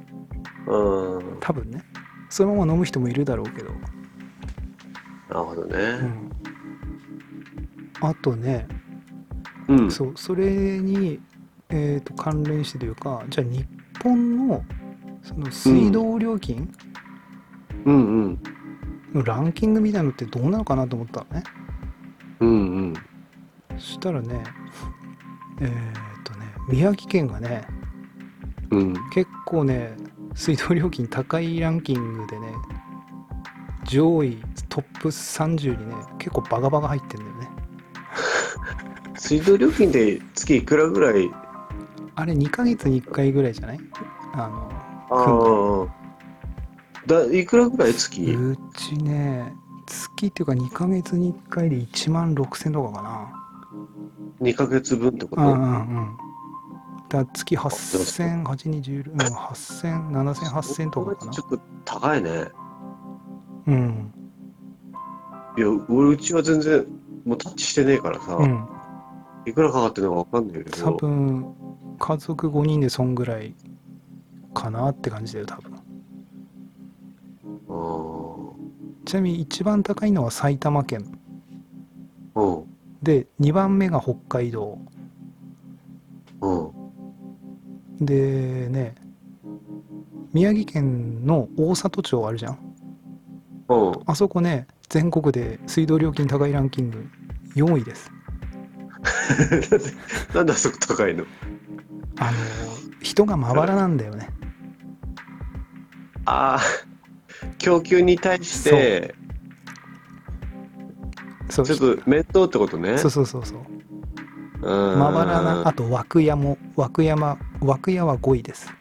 [SPEAKER 2] うん
[SPEAKER 1] 多分ねそのまま飲む人もいるだろうけど、
[SPEAKER 2] なるほど
[SPEAKER 1] う
[SPEAKER 2] ね
[SPEAKER 1] ん、あとね、
[SPEAKER 2] うん、
[SPEAKER 1] そうそれに、えー、と関連してというかじゃあ日本のその水道料金
[SPEAKER 2] うんうん
[SPEAKER 1] のランキングみたいのってどうなのかなと思ったのね
[SPEAKER 2] うんうん
[SPEAKER 1] そしたらねえっ、とね宮城県がね
[SPEAKER 2] うん
[SPEAKER 1] 結構ね水道料金高いランキングでね上位トップ30にね結構バカバカ入ってんだよね
[SPEAKER 2] 水道料金で月いくらぐらい
[SPEAKER 1] あれ2ヶ月に1回ぐらいじゃないあの
[SPEAKER 2] ああだいくらぐらい月、
[SPEAKER 1] うちね月っていうか2ヶ月に1回で1万6000とかかな
[SPEAKER 2] 2ヶ月分ってこ
[SPEAKER 1] うんう
[SPEAKER 2] と
[SPEAKER 1] んうんだから月8000、820、うん、8000、7000、8000とかかな
[SPEAKER 2] ち。ょっと高いね
[SPEAKER 1] うん。
[SPEAKER 2] いや俺うちは全然もうタッチしてねえからさ、
[SPEAKER 1] うん。
[SPEAKER 2] いくらかかってるのかわかんないけ
[SPEAKER 1] 多
[SPEAKER 2] ど
[SPEAKER 1] 分、家族5人でそんぐらいかなって感じだよ、多分。
[SPEAKER 2] あー
[SPEAKER 1] ちなみに一番高いのは埼玉県
[SPEAKER 2] うん
[SPEAKER 1] で2番目が北海道
[SPEAKER 2] うん
[SPEAKER 1] でね宮城県の大里町あるじゃん
[SPEAKER 2] うん
[SPEAKER 1] あそこね全国で水道料金高いランキング4位です
[SPEAKER 2] なんであそこ高いの
[SPEAKER 1] あの人がまばらなんだよね
[SPEAKER 2] ああ供給に対して
[SPEAKER 1] そう
[SPEAKER 2] ちょっと面倒ってことね
[SPEAKER 1] そうそうそうそう
[SPEAKER 2] うん
[SPEAKER 1] まばらなあと涌谷も涌山涌谷は5位です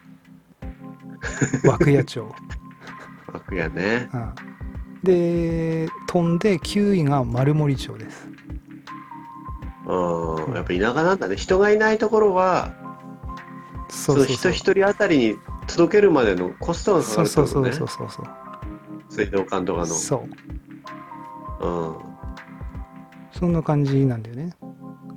[SPEAKER 1] 涌谷町、
[SPEAKER 2] 楽やね
[SPEAKER 1] うん、で飛んで9位が丸森町です
[SPEAKER 2] うんやっぱ田舎なんだね人がいないところは
[SPEAKER 1] そ
[SPEAKER 2] その人一人あたりに届けるまでのコストがかか
[SPEAKER 1] そ
[SPEAKER 2] る
[SPEAKER 1] う
[SPEAKER 2] ってこ
[SPEAKER 1] そう
[SPEAKER 2] と
[SPEAKER 1] そうそうそうそう
[SPEAKER 2] ね水道管とか
[SPEAKER 1] そう
[SPEAKER 2] のうん
[SPEAKER 1] そんな感じなんだよね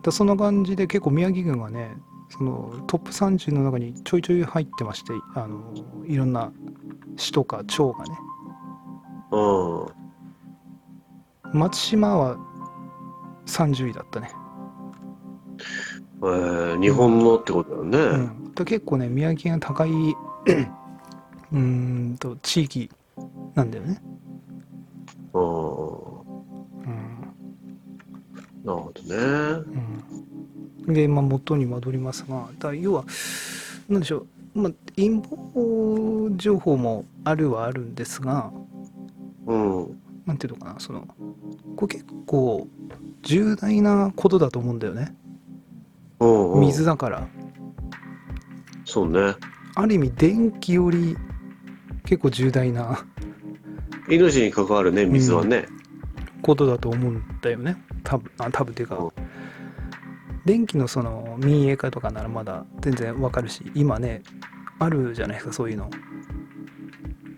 [SPEAKER 1] だそんな感じで結構宮城県がねそのトップ30の中にちょいちょい入ってましてあのいろんな市とか町がね
[SPEAKER 2] うん
[SPEAKER 1] 松島は30位だったね、
[SPEAKER 2] えー日本のってことだよね。
[SPEAKER 1] うんだ結構ね宮城県が高い うーんと地域なんだよね、
[SPEAKER 2] うん
[SPEAKER 1] うん
[SPEAKER 2] なるほどね。
[SPEAKER 1] うん、で、まあ、元に戻りますがだから要はなんでしょう、まあ、陰謀情報もあるはあるんですが
[SPEAKER 2] うん。
[SPEAKER 1] なんていうのかなそのこれ結構重大なことだと思うんだよね
[SPEAKER 2] うん、うん。
[SPEAKER 1] 水だから。
[SPEAKER 2] そうね。
[SPEAKER 1] ある意味電気より結構重大な
[SPEAKER 2] 命に関わるね、水はね。
[SPEAKER 1] ことだと思うんだよね多分あ多分っていう
[SPEAKER 2] う
[SPEAKER 1] か
[SPEAKER 2] ん
[SPEAKER 1] 電気のその民営化とかならまだ全然わかるし今ねあるじゃないですかそういうの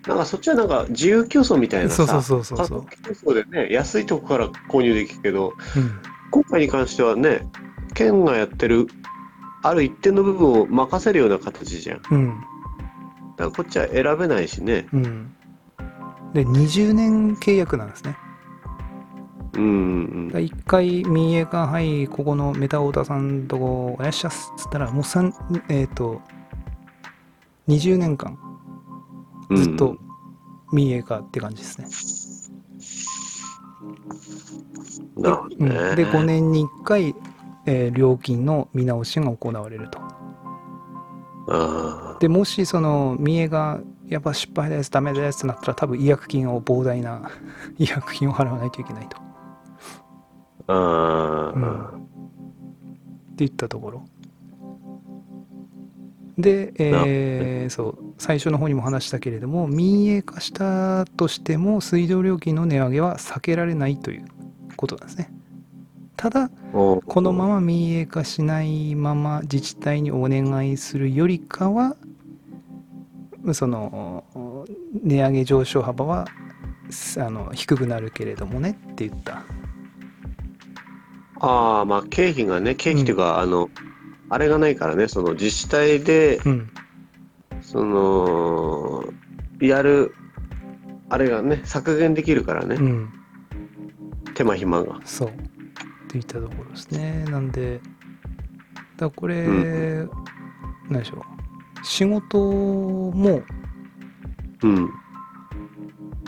[SPEAKER 2] なんかそっちはなんか自由競争みたいな
[SPEAKER 1] そ
[SPEAKER 2] さ。
[SPEAKER 1] うそうそうそうそう
[SPEAKER 2] 価格競争でね、安いとこから購入できるけど、
[SPEAKER 1] うん
[SPEAKER 2] 今回に関してはね、県がやってる、ある一定の部分を任せるような形じゃん。だ
[SPEAKER 1] うん
[SPEAKER 2] からこっちは選べないしね。
[SPEAKER 1] うんで20年契約なんですね
[SPEAKER 2] うんうん
[SPEAKER 1] だ1回民営化はいここのメタオタさんとこおやっしゃっすっつったらもう三えっ、と20年間
[SPEAKER 2] うん。
[SPEAKER 1] ずっと民営化って感じですね、
[SPEAKER 2] うん。なるほど
[SPEAKER 1] うん
[SPEAKER 2] ね。
[SPEAKER 1] で5年に1回、えー料金の見直しが行われると
[SPEAKER 2] ああ。
[SPEAKER 1] でもしその三重がやっぱ失敗ですダメですってなったら多分違約金を膨大な 違約金を払わないといけないとっ
[SPEAKER 2] あ
[SPEAKER 1] う
[SPEAKER 2] あ。
[SPEAKER 1] ていったところで、えーそう最初の方にも話したけれども民営化したとしても水道料金の値上げは避けられないということなんですねただ
[SPEAKER 2] こ
[SPEAKER 1] このまま民営化しないまま自治体にお願いするよりかはその値上げ上昇幅はあの低くなるけれどもねって言った
[SPEAKER 2] ああ、まあ経費がね、経費というか、あの、あれがないからね、その自治体で、
[SPEAKER 1] うん
[SPEAKER 2] その、やる、あれがね、削減できるからね、
[SPEAKER 1] うん
[SPEAKER 2] 手間暇が。
[SPEAKER 1] そうって言ったところですねなんでだからこれ、
[SPEAKER 2] う
[SPEAKER 1] 何でしょう仕事も
[SPEAKER 2] うん。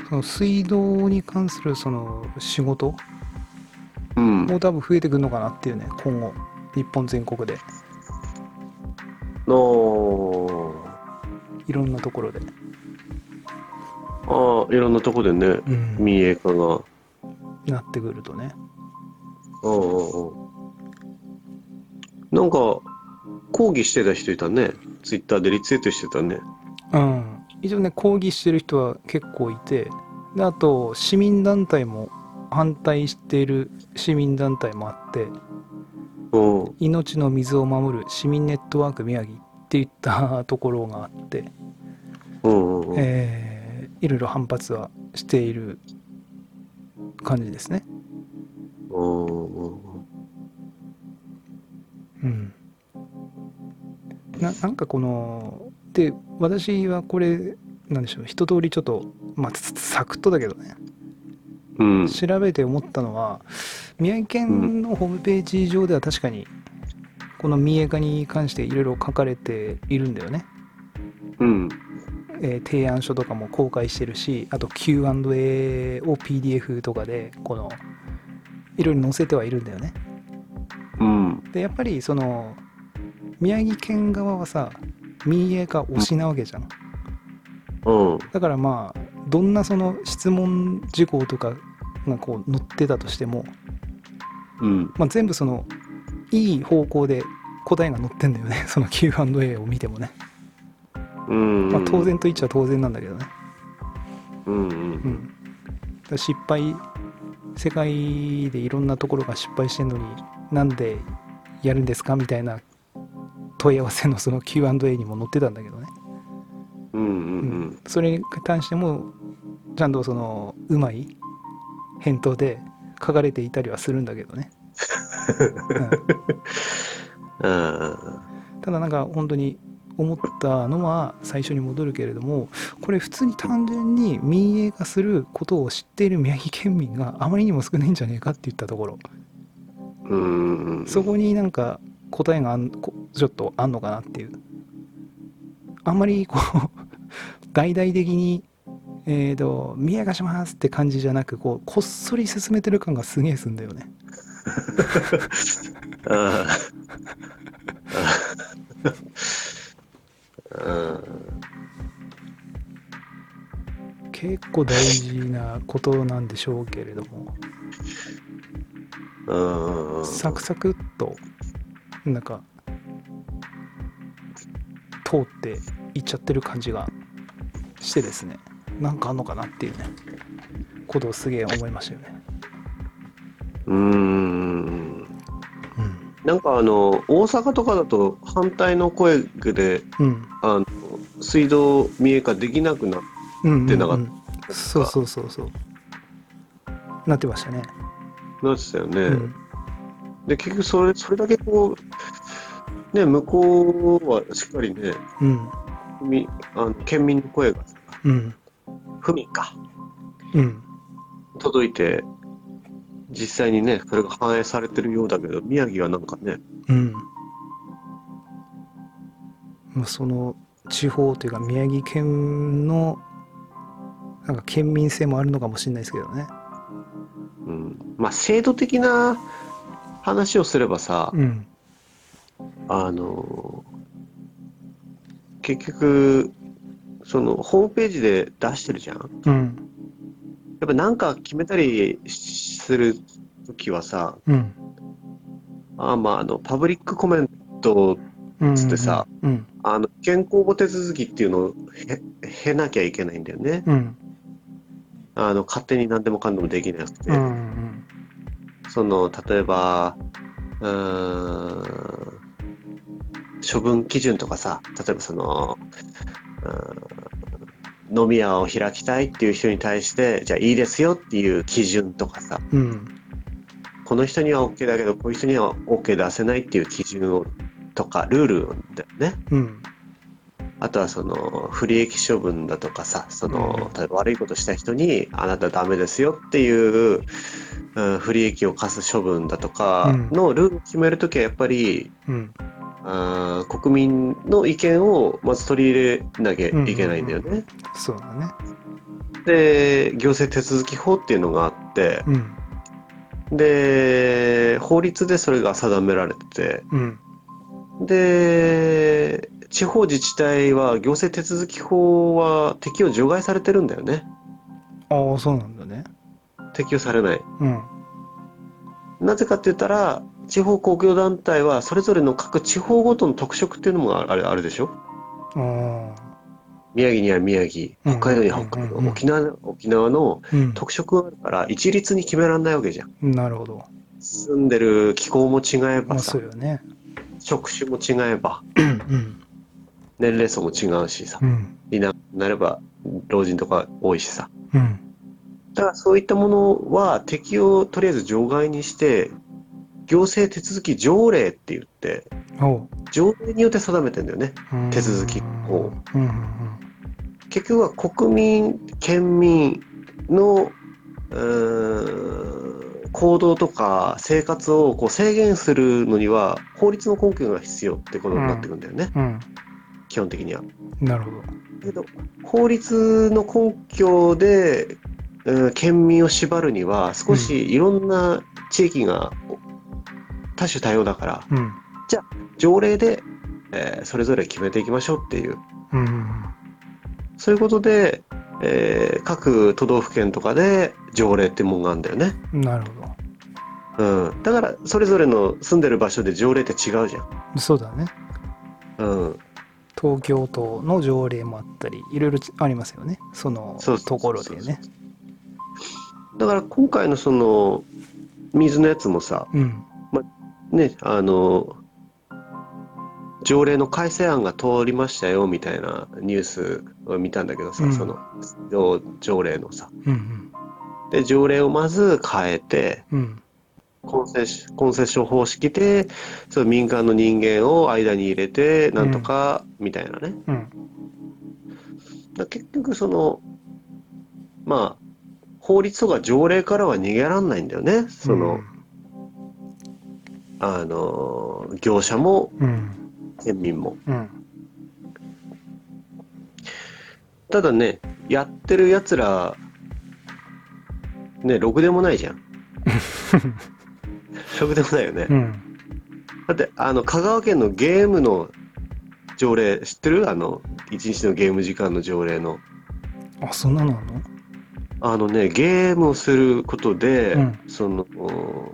[SPEAKER 1] その水道に関するその仕事
[SPEAKER 2] うん。
[SPEAKER 1] も多分増えてくるのかなっていうね今後日本全国で
[SPEAKER 2] の
[SPEAKER 1] いろんなところで。
[SPEAKER 2] ああ、いろんなとこでね、
[SPEAKER 1] うん、
[SPEAKER 2] 民営化が。
[SPEAKER 1] なってくるとね。
[SPEAKER 2] うんうんうん。なんか、抗議してた人いたね。ツイッターでリツイートしてたね。
[SPEAKER 1] うん、一応ね抗議してる人は結構いてであと市民団体も反対している市民団体もあって
[SPEAKER 2] うん。
[SPEAKER 1] 「命の水を守る市民ネットワーク宮城」っていったところがあって、
[SPEAKER 2] うんうんうん。
[SPEAKER 1] えーいろいろ反発はしている感じですね。
[SPEAKER 2] うんうんうん
[SPEAKER 1] うん、ななんかこので私はこれなんでしょう一通りちょっとまあつつサクッとだけどね
[SPEAKER 2] うん。
[SPEAKER 1] 調べて思ったのは宮城県のホームページ上では確かにこの民営化に関していろいろ書かれているんだよね、
[SPEAKER 2] うん。
[SPEAKER 1] えー提案書とかも公開してるしあと Q&A を PDF とかでこのいろいろ載せてはいるんだよね
[SPEAKER 2] うん。
[SPEAKER 1] でやっぱりその宮城県側はさ民営化推しなわけじゃん
[SPEAKER 2] うん。
[SPEAKER 1] だからまあどんなその質問事項とかがこう載ってたとしても
[SPEAKER 2] うん。
[SPEAKER 1] まあ、全部そのいい方向で答えが載ってんだよねその Q&A を見てもね、
[SPEAKER 2] うん。
[SPEAKER 1] まあ、当。然と言っちゃ当然なんだけどね、
[SPEAKER 2] う
[SPEAKER 1] う、
[SPEAKER 2] んうん
[SPEAKER 1] だから失敗世界でいろんなところが失敗してんのになんでやるんですかみたいな問い合わせのその Q&A にも載ってたんだけどね、
[SPEAKER 2] ん。うんうんうん。
[SPEAKER 1] それに関してもちゃんとそのうまい返答で書かれていたりはするんだけどね、うん
[SPEAKER 2] あ
[SPEAKER 1] ただなんか本当に思ったのは最初に戻るけれどもこれ普通に単純に民営化することを知っている宮城県民があまりにも少ないんじゃねえかって言ったところ
[SPEAKER 2] うん。
[SPEAKER 1] そこになんか答えがあんこちょっとあんのかなっていうあんまりこう 大々的に「えー、と見えがします」って感じじゃなくこうこっそり進めてる感がすげえすんだよね
[SPEAKER 2] ああうん。
[SPEAKER 1] 結構大事なことなんでしょうけれども
[SPEAKER 2] うん。うん
[SPEAKER 1] サクサクっとなんか通っていっちゃってる感じがしてですねなんかあんのかなっていうねことをすげえ思いましたよね
[SPEAKER 2] うん。なんかあの、大阪とかだと反対の声で、
[SPEAKER 1] うん、うん
[SPEAKER 2] あの、水道見え化できなくなっ
[SPEAKER 1] うん
[SPEAKER 2] 出なかっ
[SPEAKER 1] うんうん、そうそうそうそうなってましたね、
[SPEAKER 2] なってたよね。
[SPEAKER 1] うん、
[SPEAKER 2] で、結局それ、それだけこう、ね、向こうはしっかりね、
[SPEAKER 1] うん
[SPEAKER 2] みあの県民の声が、
[SPEAKER 1] うん
[SPEAKER 2] 府民か、
[SPEAKER 1] うん
[SPEAKER 2] 届いて、実際にね、それが反映されてるようだけど、宮城はなんかね、
[SPEAKER 1] うんまあその地方というか宮城県のなんか県民性もあるのかもしれないですけどね
[SPEAKER 2] うん、まあ制度的な話をすればさ、
[SPEAKER 1] うん
[SPEAKER 2] あの結局そのホームページで出してるじゃんや
[SPEAKER 1] うん
[SPEAKER 2] っぱなんか決めたりする時はさ
[SPEAKER 1] うん
[SPEAKER 2] あまああのパブリックコメント
[SPEAKER 1] うん
[SPEAKER 2] つってさ
[SPEAKER 1] うん
[SPEAKER 2] あの健康簿手続きっていうのをへ経なきゃいけないんだよね
[SPEAKER 1] うん
[SPEAKER 2] あの勝手に何でもかんでもできなくて、
[SPEAKER 1] うんうん
[SPEAKER 2] その例えばうーん処分基準とかさ例えばそのうーん飲み屋を開きたいっていう人に対してじゃあいいですよっていう基準とかさ
[SPEAKER 1] うん
[SPEAKER 2] この人には OK だけどこういう人には OK 出せないっていう基準をとかルールだよね
[SPEAKER 1] うん
[SPEAKER 2] あとはその不利益処分だとかさその
[SPEAKER 1] う
[SPEAKER 2] 例えば悪いことした人にあなたダメですよっていう、うん、不利益を課す処分だとかのルールを決めるときはやっぱり、
[SPEAKER 1] うん
[SPEAKER 2] あー国民の意見をまず取り入れなきゃいけないんだよね。
[SPEAKER 1] そうだね
[SPEAKER 2] で行政手続き法っていうのがあって
[SPEAKER 1] うん
[SPEAKER 2] で法律でそれが定められて
[SPEAKER 1] うん
[SPEAKER 2] てで地方自治体は行政手続き法は適用除外されてるんだよね
[SPEAKER 1] ああそうなんだね
[SPEAKER 2] 適用されない。
[SPEAKER 1] うん
[SPEAKER 2] なぜかって言ったら地方公共団体はそれぞれの各地方ごとの特色っていうのもあるあるでしょ
[SPEAKER 1] ああ
[SPEAKER 2] 宮城には宮城
[SPEAKER 1] うん
[SPEAKER 2] 北海道には北海道、
[SPEAKER 1] うん
[SPEAKER 2] 沖縄には沖縄の
[SPEAKER 1] うん
[SPEAKER 2] 特色があるから一律に決められないわけじゃん
[SPEAKER 1] なるほど
[SPEAKER 2] 住んでる気候も違え
[SPEAKER 1] ま
[SPEAKER 2] ば
[SPEAKER 1] あ
[SPEAKER 2] さ、
[SPEAKER 1] そうよね
[SPEAKER 2] 職種も違えば
[SPEAKER 1] うん
[SPEAKER 2] 年齢層も違うしさ
[SPEAKER 1] うんうん
[SPEAKER 2] いなくなれば老人とか多いしさ
[SPEAKER 1] うん
[SPEAKER 2] だからそういったものは適用をとりあえず除外にして行政手続き条例って言って
[SPEAKER 1] おう
[SPEAKER 2] 条例によって定めてんだよね
[SPEAKER 1] うん
[SPEAKER 2] 手続きを
[SPEAKER 1] うんうんうん
[SPEAKER 2] 結局は国民県民のうーん行動とか生活をこう制限するのには法律の根拠が必要ってことになってくるんだよね、
[SPEAKER 1] うん
[SPEAKER 2] 基本的には。
[SPEAKER 1] な
[SPEAKER 2] だ
[SPEAKER 1] るほど。
[SPEAKER 2] けど法律の根拠で、うん県民を縛るには少しいろんな地域が多種多様だから
[SPEAKER 1] うん。
[SPEAKER 2] 条例で、えーそれぞれ決めていきましょうっていう
[SPEAKER 1] うんうん
[SPEAKER 2] そういうことで、えー各都道府県とかで条例ってもんがあるんだよね。
[SPEAKER 1] うん。なるほ
[SPEAKER 2] うん。だから、それぞれの住んでる場所で条例って違うじゃん。
[SPEAKER 1] ど。そうだね。
[SPEAKER 2] うん。
[SPEAKER 1] 東京都の条例もあったり、いろいろありますよね。その
[SPEAKER 2] そうそ
[SPEAKER 1] と
[SPEAKER 2] うそ
[SPEAKER 1] こ
[SPEAKER 2] う
[SPEAKER 1] ろ
[SPEAKER 2] そう
[SPEAKER 1] でね。
[SPEAKER 2] だから、今回のその、水のやつもさ、
[SPEAKER 1] うん。
[SPEAKER 2] ね、あの、条例の改正案が通りましたよみたいなニュースを見たんだけどさ、
[SPEAKER 1] うん
[SPEAKER 2] その条例のさ
[SPEAKER 1] うん
[SPEAKER 2] で条例をまず変えて、
[SPEAKER 1] うん。うん。
[SPEAKER 2] コンセッシコンセッション方式でその民間の人間を間に入れてなんとかみたいなね、
[SPEAKER 1] うん。
[SPEAKER 2] だ結局そのまあ法律とか条例からは逃げらんないんだよねその、あの業者も
[SPEAKER 1] うん
[SPEAKER 2] 県民も
[SPEAKER 1] うん
[SPEAKER 2] ただねやってるやつらねろくでもないじゃんろくでもないよね、
[SPEAKER 1] うん
[SPEAKER 2] だってあの香川県のゲームの条例知ってるあの一日のゲーム時間の条例の
[SPEAKER 1] あそんなのあんの
[SPEAKER 2] あのねゲームをすることで、
[SPEAKER 1] うん
[SPEAKER 2] そのお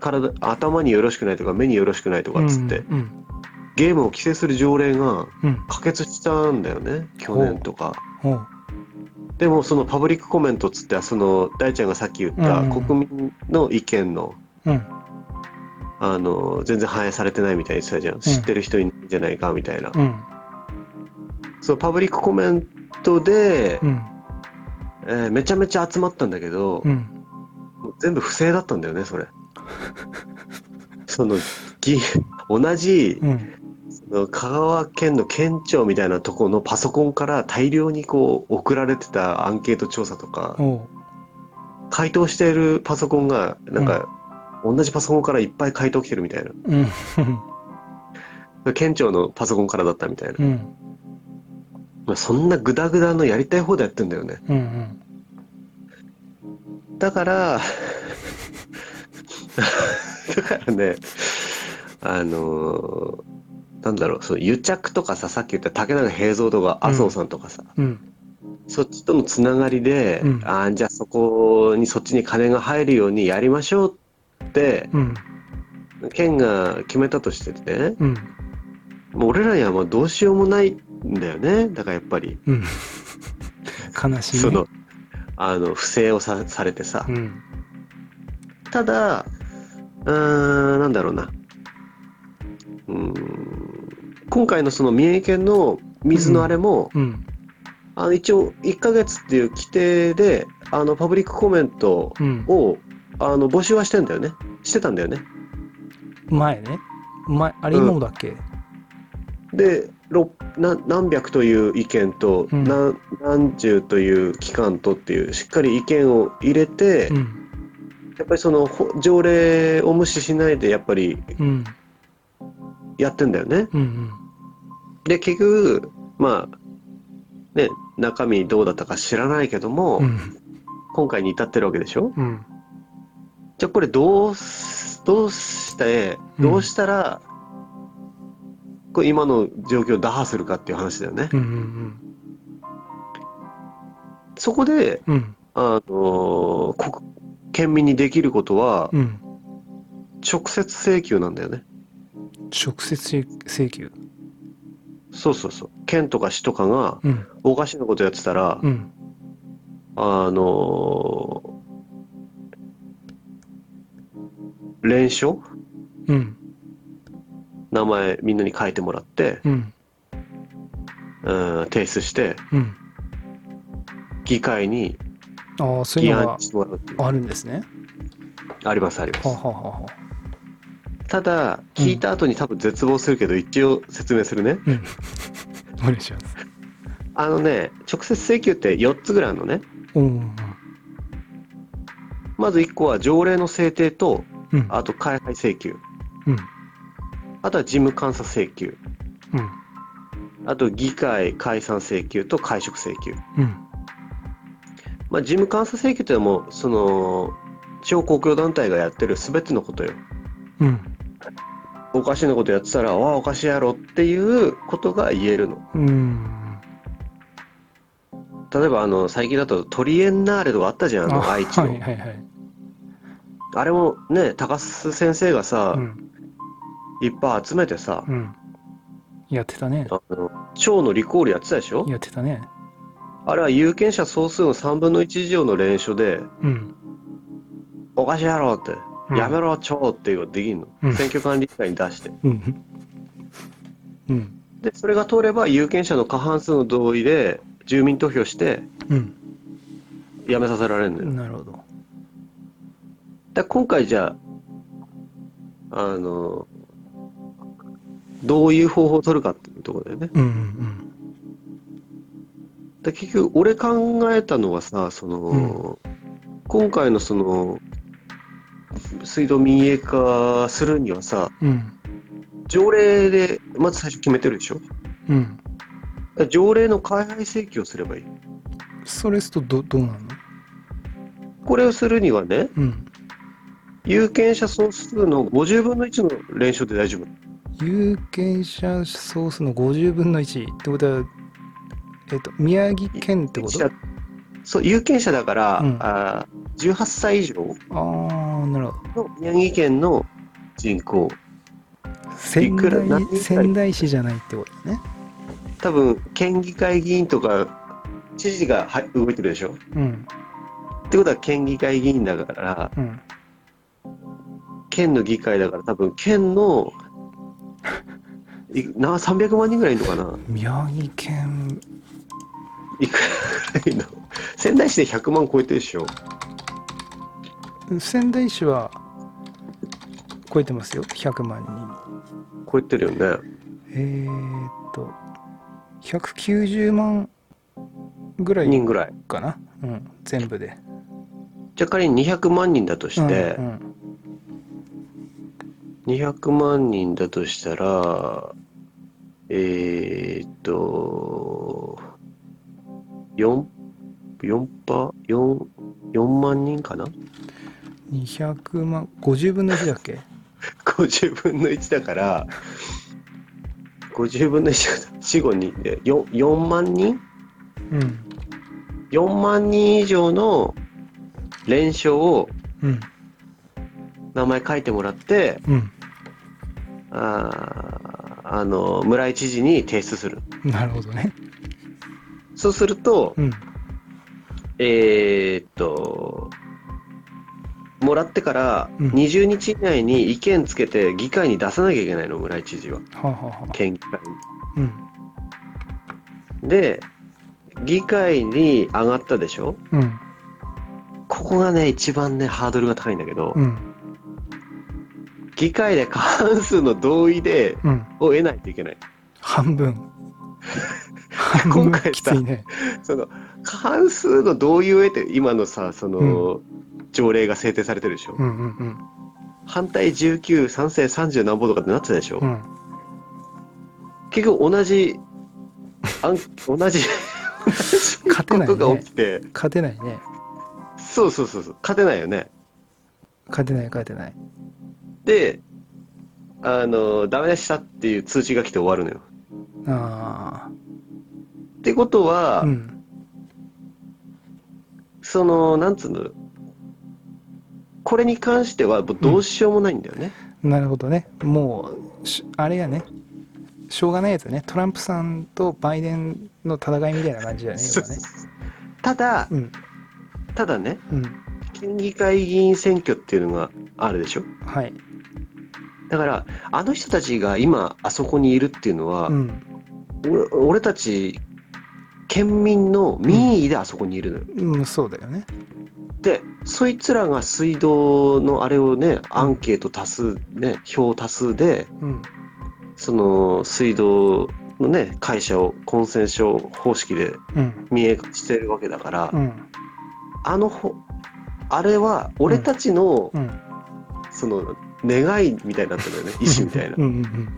[SPEAKER 2] 体頭によろしくないとか目によろしくないとかっつって、
[SPEAKER 1] うん
[SPEAKER 2] ゲームを規制する条例が
[SPEAKER 1] うん
[SPEAKER 2] 可決したんだよね去年とか
[SPEAKER 1] うんおう
[SPEAKER 2] でもそのパブリックコメントっつってその大ちゃんがさっき言っ
[SPEAKER 1] う
[SPEAKER 2] た
[SPEAKER 1] んうんうん
[SPEAKER 2] 国民の意見の、
[SPEAKER 1] うん
[SPEAKER 2] あの全然反映されてないみたいに言ってたじゃん、知ってる人いないんじゃないかみたいな、
[SPEAKER 1] うん
[SPEAKER 2] そのパブリックコメントで、
[SPEAKER 1] うん
[SPEAKER 2] えーめちゃめちゃ集まったんだけど、
[SPEAKER 1] うん
[SPEAKER 2] もう全部不正だったんだよねそれ そのぎ同じ
[SPEAKER 1] うん
[SPEAKER 2] その香川県の県庁みたいなところのパソコンから大量にこう送られてたアンケート調査とか
[SPEAKER 1] おう
[SPEAKER 2] 回答しているパソコンがなんか、同じパソコンからいっぱい回答来てるみたいな
[SPEAKER 1] うん
[SPEAKER 2] 県庁のパソコンからだったみたいな
[SPEAKER 1] う、ん
[SPEAKER 2] まあそんなグダグダのやりたい放題やってんだよね
[SPEAKER 1] うんうん
[SPEAKER 2] だからだからねあのーなんだろうそう癒着とかささっき言った竹中平蔵とか麻生さんとかさ、
[SPEAKER 1] うん
[SPEAKER 2] そっちとのつながりで、
[SPEAKER 1] うん
[SPEAKER 2] あーじゃあそこにそっちに金が入るようにやりましょうって
[SPEAKER 1] うん
[SPEAKER 2] 県が決めたとしてね
[SPEAKER 1] うん
[SPEAKER 2] もう俺らにはまあどうしようもないんだよねだからやっぱり
[SPEAKER 1] うん悲しいね
[SPEAKER 2] そのあの不正をさされてさ、
[SPEAKER 1] うん
[SPEAKER 2] ただうーんなんだろうなうーん今回のその三重県の水のあれも、
[SPEAKER 1] うん
[SPEAKER 2] あの一応1ヶ月っていう規定であのパブリックコメント
[SPEAKER 1] うん
[SPEAKER 2] をあの募集はしてんだよねしてたんだよね
[SPEAKER 1] 前ね前あれ今もだっけ
[SPEAKER 2] でろな何百という意見と、
[SPEAKER 1] うん
[SPEAKER 2] な何十という期間とっていうしっかり意見を入れて、
[SPEAKER 1] うん
[SPEAKER 2] やっぱりそのほ条例を無視しないでやっぱり
[SPEAKER 1] うん
[SPEAKER 2] やってんだよね。
[SPEAKER 1] うんうん
[SPEAKER 2] で結局まあね中身どうだったか知らないけども、
[SPEAKER 1] うん
[SPEAKER 2] 今回に至ってるわけでしょ
[SPEAKER 1] うん
[SPEAKER 2] じゃあこれどうすどうして
[SPEAKER 1] うん
[SPEAKER 2] どうしたら、これ今の状況を打破するかっていう話だよね。
[SPEAKER 1] うんうん
[SPEAKER 2] そこで
[SPEAKER 1] うん
[SPEAKER 2] あのー国県民にできることは
[SPEAKER 1] うん
[SPEAKER 2] 直接請求なんだよね。
[SPEAKER 1] 直接請求
[SPEAKER 2] そうそうそう。県とか市とかが
[SPEAKER 1] うん
[SPEAKER 2] おかしなことやってたら、
[SPEAKER 1] うん
[SPEAKER 2] あのー連勝
[SPEAKER 1] うん
[SPEAKER 2] 名前みんなに書いてもらって、
[SPEAKER 1] うん
[SPEAKER 2] うん、提出して
[SPEAKER 1] うん
[SPEAKER 2] 議会に
[SPEAKER 1] ああそうい
[SPEAKER 2] 議
[SPEAKER 1] うの
[SPEAKER 2] 案
[SPEAKER 1] が
[SPEAKER 2] してもらうっていう
[SPEAKER 1] あるんですね
[SPEAKER 2] ありますあり
[SPEAKER 1] はあ
[SPEAKER 2] ま
[SPEAKER 1] は
[SPEAKER 2] す
[SPEAKER 1] あはあはあ
[SPEAKER 2] ただ聞いた後に多分絶望するけど、一応説明するね
[SPEAKER 1] うんお願いします
[SPEAKER 2] あのね直接請求って4つぐらいあるのね
[SPEAKER 1] うんうん
[SPEAKER 2] まず1個は条例の制定と
[SPEAKER 1] うんうん
[SPEAKER 2] あと開廃請求
[SPEAKER 1] うん
[SPEAKER 2] あとは事務監査請求
[SPEAKER 1] うん
[SPEAKER 2] あと議会解散請求と解職請求
[SPEAKER 1] うん
[SPEAKER 2] まあ、事務監査請求ってのはもうその地方公共団体がやってる全てのことよ
[SPEAKER 1] うん
[SPEAKER 2] おかしなことやってたら「わあおかしいやろ」っていうことが言えるの
[SPEAKER 1] うん
[SPEAKER 2] 例えばあの最近だとトリエンナーレとかあったじゃんあの愛知の、
[SPEAKER 1] はいはいはい
[SPEAKER 2] あれもね高須先生がさ、
[SPEAKER 1] うん
[SPEAKER 2] いっぱい集めてさ、
[SPEAKER 1] うんやってたね
[SPEAKER 2] あの町のリコールやってたでしょ
[SPEAKER 1] やってたね
[SPEAKER 2] あれは有権者総数の3分の1以上の連署で
[SPEAKER 1] うん
[SPEAKER 2] 「おかしいやろ」って「
[SPEAKER 1] うん
[SPEAKER 2] やめろ町」っていうのができんの、
[SPEAKER 1] うん
[SPEAKER 2] 選挙管理委員会に出して
[SPEAKER 1] うんうん
[SPEAKER 2] でそれが通れば有権者の過半数の同意で住民投票して
[SPEAKER 1] うん
[SPEAKER 2] 辞めさせられるのよ、だか
[SPEAKER 1] なるほど
[SPEAKER 2] ら今回じゃああのどういう方法を取るかっていうところだよね
[SPEAKER 1] うんうん
[SPEAKER 2] で結局俺考えたのはさその、今回のその水道民営化するにはさ、
[SPEAKER 1] うん
[SPEAKER 2] 条例で、まず最初決めてるでしょ。
[SPEAKER 1] うん
[SPEAKER 2] 条例の開廃請求をすればいい。
[SPEAKER 1] それするとどどうなの
[SPEAKER 2] これをするにはね、
[SPEAKER 1] うん
[SPEAKER 2] 有権者総数の50分の1の連勝で大丈夫。
[SPEAKER 1] 有権者総数の50分の1ってことはえっと宮城県ってことあ
[SPEAKER 2] そう、有権者だから、
[SPEAKER 1] うん
[SPEAKER 2] あー18歳以上
[SPEAKER 1] あーなるほど
[SPEAKER 2] の宮城県の人口、い
[SPEAKER 1] 仙
[SPEAKER 2] くら何人
[SPEAKER 1] 台
[SPEAKER 2] ぐらい
[SPEAKER 1] 仙台市じゃないってことね
[SPEAKER 2] 多分県議会議員とか知事がは動いてるでしょ。
[SPEAKER 1] うん
[SPEAKER 2] ってことは県議会議員だから、
[SPEAKER 1] うん
[SPEAKER 2] 県の議会だから、多分県のいな300万人ぐらいいるのかな、
[SPEAKER 1] 宮城県
[SPEAKER 2] いくらぐらいの、仙台市で100万超えてるでしょ、
[SPEAKER 1] 仙台市は超えてますよ100万人
[SPEAKER 2] 超えてるよね、
[SPEAKER 1] えー、っと、190万ぐらい
[SPEAKER 2] 人ぐらい。
[SPEAKER 1] かな、うん、全部で。
[SPEAKER 2] じゃあ仮に200万人だとして、
[SPEAKER 1] うんうん
[SPEAKER 2] 200万人だとしたら、えー、っと、4、4パ、4、4万人かな
[SPEAKER 1] 200万、50分の1だっけ
[SPEAKER 2] 50分の1だから50分の1死後にで 4, 4万人
[SPEAKER 1] うん、
[SPEAKER 2] 4万人以上の連勝を
[SPEAKER 1] うん、
[SPEAKER 2] 名前書いてもらって
[SPEAKER 1] うん。
[SPEAKER 2] あーあの村井知事に提出する
[SPEAKER 1] なるほどね。
[SPEAKER 2] そうすると、
[SPEAKER 1] うん、
[SPEAKER 2] えーっともらってから
[SPEAKER 1] うん
[SPEAKER 2] 20日以内に意見つけて議会に出さなきゃいけないの村井知事は
[SPEAKER 1] はあ、はあはあ、
[SPEAKER 2] 県議会に
[SPEAKER 1] うん、
[SPEAKER 2] で議会に上がったでしょ
[SPEAKER 1] うん、
[SPEAKER 2] ここがね一番ねハードルが高いんだけど、
[SPEAKER 1] うん、
[SPEAKER 2] 議会で過半数の同意で
[SPEAKER 1] うん。
[SPEAKER 2] を得ないといけない
[SPEAKER 1] 半 分。半分
[SPEAKER 2] 今回さ
[SPEAKER 1] きついね。
[SPEAKER 2] その過半数の同意を得て今のさその、条例が制定されてるでしょ、
[SPEAKER 1] うん、うん、うん、
[SPEAKER 2] 反対19賛成30何歩とかってなってたでしょ、
[SPEAKER 1] うん。
[SPEAKER 2] 結局同じあん 同じ
[SPEAKER 1] 勝て
[SPEAKER 2] こ
[SPEAKER 1] ない
[SPEAKER 2] とが
[SPEAKER 1] ね
[SPEAKER 2] 起。きて、
[SPEAKER 1] 勝てないね。
[SPEAKER 2] そうそうそうそう勝てないよね
[SPEAKER 1] 勝てない、勝てない。
[SPEAKER 2] であのダメでしたっていう通知が来て終わるのよ
[SPEAKER 1] あ
[SPEAKER 2] ってこと
[SPEAKER 1] あ、
[SPEAKER 2] は、
[SPEAKER 1] うん、
[SPEAKER 2] そのなんつうのこれに関してはもうどうしようもないんだよね、
[SPEAKER 1] なるほどね。もう、しあれやね。しょうがないやつね。トランプさんとバイデンの戦いみたいな感じだよね、
[SPEAKER 2] そう
[SPEAKER 1] 今ね。
[SPEAKER 2] ただ
[SPEAKER 1] うん、
[SPEAKER 2] ただね
[SPEAKER 1] うん。
[SPEAKER 2] 県議会議員選挙っていうのがあるでしょ
[SPEAKER 1] はい。
[SPEAKER 2] だからあの人たちが今あそこにいるっていうのは、
[SPEAKER 1] うん。
[SPEAKER 2] 俺俺たち県民の民意であそこにいるのよ、
[SPEAKER 1] うん、そうだよね。
[SPEAKER 2] でそいつらが水道のあれをねアンケート多数ね票多数で
[SPEAKER 1] うん。
[SPEAKER 2] その水道のね会社をコンセンション方式で
[SPEAKER 1] うん。
[SPEAKER 2] 民営化してるわけだから、
[SPEAKER 1] うん。
[SPEAKER 2] あのほあれは俺たちの、
[SPEAKER 1] うん。
[SPEAKER 2] その願いみたいになってるよね意思みたいな
[SPEAKER 1] うんうんうん。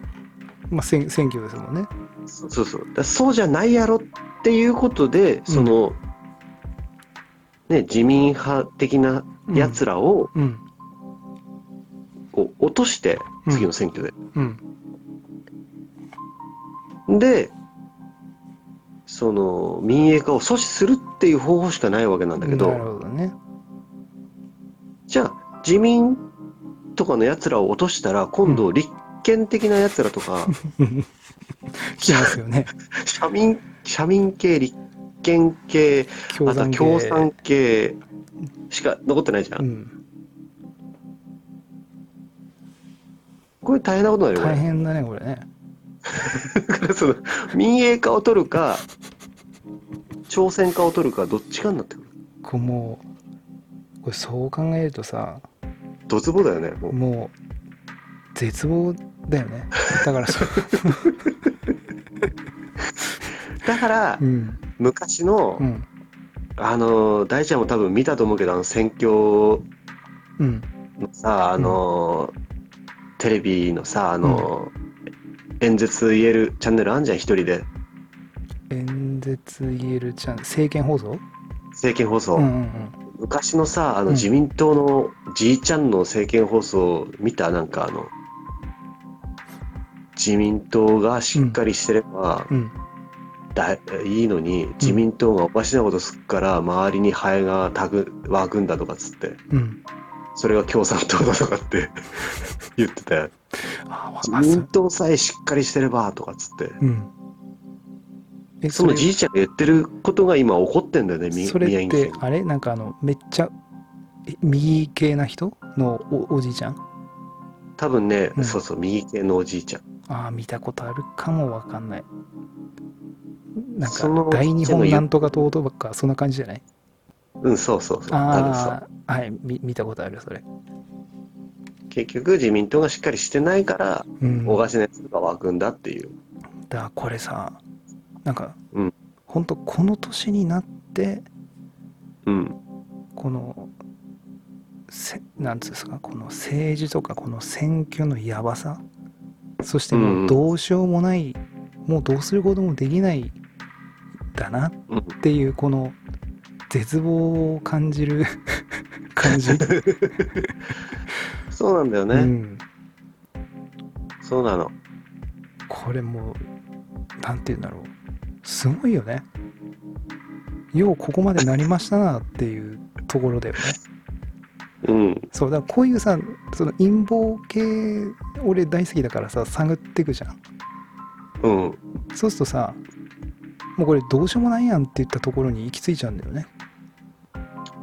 [SPEAKER 1] まあ、選選挙ですもんね。
[SPEAKER 2] そうそうだからそうじゃないやろっていうことでその、ね自民派的な
[SPEAKER 1] うん
[SPEAKER 2] やつらを、
[SPEAKER 1] うん。
[SPEAKER 2] こう落として
[SPEAKER 1] うん
[SPEAKER 2] 次の選挙で、
[SPEAKER 1] うん。
[SPEAKER 2] でその民営化を阻止するっていう方法しかないわけなんだけ
[SPEAKER 1] なる
[SPEAKER 2] ど
[SPEAKER 1] ほどね。
[SPEAKER 2] じゃあ自民とかのやつらを落としたら今度立憲的なやつら とか、
[SPEAKER 1] 来ますよ ね。
[SPEAKER 2] 社民社民系立憲系
[SPEAKER 1] 共
[SPEAKER 2] あとは
[SPEAKER 1] 産系
[SPEAKER 2] 共産系しか残ってないじゃん、
[SPEAKER 1] うん。
[SPEAKER 2] これ大変なことになる
[SPEAKER 1] 大
[SPEAKER 2] よ
[SPEAKER 1] 変だね、これね。
[SPEAKER 2] これだ からその民営化を取るか朝鮮化を取るかどっちかになってくる
[SPEAKER 1] こう、もう、これそう考えるとさ、
[SPEAKER 2] ドツボだよねもう
[SPEAKER 1] もう、絶望だよね。だからそう。
[SPEAKER 2] だから
[SPEAKER 1] うん。
[SPEAKER 2] 昔の、
[SPEAKER 1] うん。
[SPEAKER 2] あの大ちゃんも多分見たと思うけどあの選挙
[SPEAKER 1] うん。
[SPEAKER 2] さあの、テレビのさあの、演説言えるチャンネルあんじゃん一人で
[SPEAKER 1] 演説言えるちゃん政見放送
[SPEAKER 2] 政見放送、
[SPEAKER 1] うんうんうん
[SPEAKER 2] 昔のさあの
[SPEAKER 1] うん
[SPEAKER 2] 自民党のじいちゃんの政見放送見たなんかあの自民党がしっかりしてれば、
[SPEAKER 1] うん
[SPEAKER 2] だいいのに自民党がおかしなことすっから周りにハエがたぐ湧くんだとかっつって
[SPEAKER 1] うん
[SPEAKER 2] それが共産党だとかって 言ってたよ
[SPEAKER 1] あわあ
[SPEAKER 2] 自
[SPEAKER 1] そ
[SPEAKER 2] 民
[SPEAKER 1] う
[SPEAKER 2] 党さえしっかりしてればとかっつって
[SPEAKER 1] うんえ
[SPEAKER 2] そのじいちゃんが言ってることが今起こってんだよねみ
[SPEAKER 1] それ
[SPEAKER 2] 宮
[SPEAKER 1] っ
[SPEAKER 2] 城
[SPEAKER 1] て
[SPEAKER 2] 県
[SPEAKER 1] あれなんかあのめっちゃえ右系な人のおおじいちゃん
[SPEAKER 2] 多分ね、
[SPEAKER 1] うん
[SPEAKER 2] そうそう右系のおじいちゃん
[SPEAKER 1] ああ見たことあるかもわかんないなん
[SPEAKER 2] その
[SPEAKER 1] か大日本なんとか党とかそんな感じじゃない
[SPEAKER 2] うんそうそうそうあのさ
[SPEAKER 1] ああはいみ見たことあるそれ
[SPEAKER 2] 結局自民党がしっかりしてないから
[SPEAKER 1] うん
[SPEAKER 2] 大橋のやつが湧くんだっていう
[SPEAKER 1] だからこれさなんか、
[SPEAKER 2] うん
[SPEAKER 1] ほんとこの年になって
[SPEAKER 2] うん
[SPEAKER 1] このせなんつうんですかこの政治とかこの選挙のやばさそして
[SPEAKER 2] うん
[SPEAKER 1] も
[SPEAKER 2] うん
[SPEAKER 1] うどうしようもない、もうどうすることもできないだなっ
[SPEAKER 2] うん
[SPEAKER 1] ていうこの絶望を感じる感じ、
[SPEAKER 2] そうなんだよね、
[SPEAKER 1] うん、
[SPEAKER 2] そうなの
[SPEAKER 1] これもうなんて言うんだろうすごいよねようここまでなりましたなっていうところだよね
[SPEAKER 2] うん
[SPEAKER 1] そうだからこういうさその陰謀系俺大好きだからさ探ってくじゃん
[SPEAKER 2] うん
[SPEAKER 1] そうするとさもうこれどうしようもないやんって言ったところに行き着いちゃうんだよね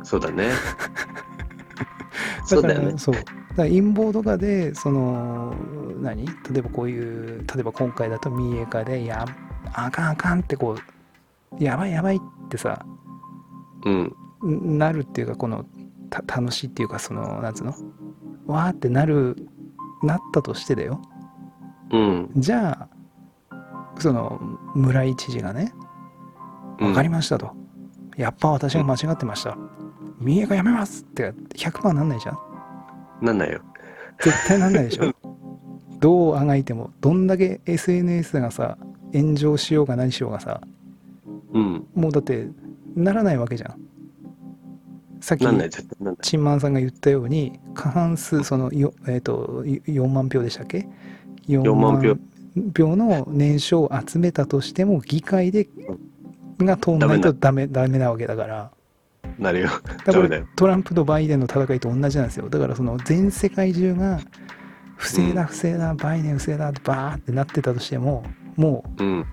[SPEAKER 2] そう だねそうだよね
[SPEAKER 1] そうだから陰謀とかでその何例えばこういう例えば今回だと民営化でやあかんあかんってこうやばいやばいってさ
[SPEAKER 2] うん
[SPEAKER 1] んなるっていうかこのた楽しいっていうかそのなんつうのわーってなるなったとしてだよ
[SPEAKER 2] うん
[SPEAKER 1] じゃあその村井知事がね「
[SPEAKER 2] うん
[SPEAKER 1] 分かりました」と「やっぱ私が間違ってました」民営化やめます」って100%なんないじゃん
[SPEAKER 2] なんないよ
[SPEAKER 1] 絶対なんないでしょどうあがいてもどんだけ SNS がさ炎上しようが何しようがさ
[SPEAKER 2] うん
[SPEAKER 1] もうだってならないわけじゃんさっき
[SPEAKER 2] なんない絶対なんない
[SPEAKER 1] チンマンさんが言ったように過半数そのよ、えー、とよ4万票でしたっけ4
[SPEAKER 2] 4万票
[SPEAKER 1] 票の年賞を集めたとしても議会でが通んないとダメダメなわけだから
[SPEAKER 2] なるよ
[SPEAKER 1] だ
[SPEAKER 2] ダ
[SPEAKER 1] か
[SPEAKER 2] メだ
[SPEAKER 1] ら
[SPEAKER 2] よ
[SPEAKER 1] トランプとバイデンの戦いと同じなんですよだからその全世界中が不正だ不正だバイデン不正だってバーってなってたとしてもも
[SPEAKER 2] うん
[SPEAKER 1] う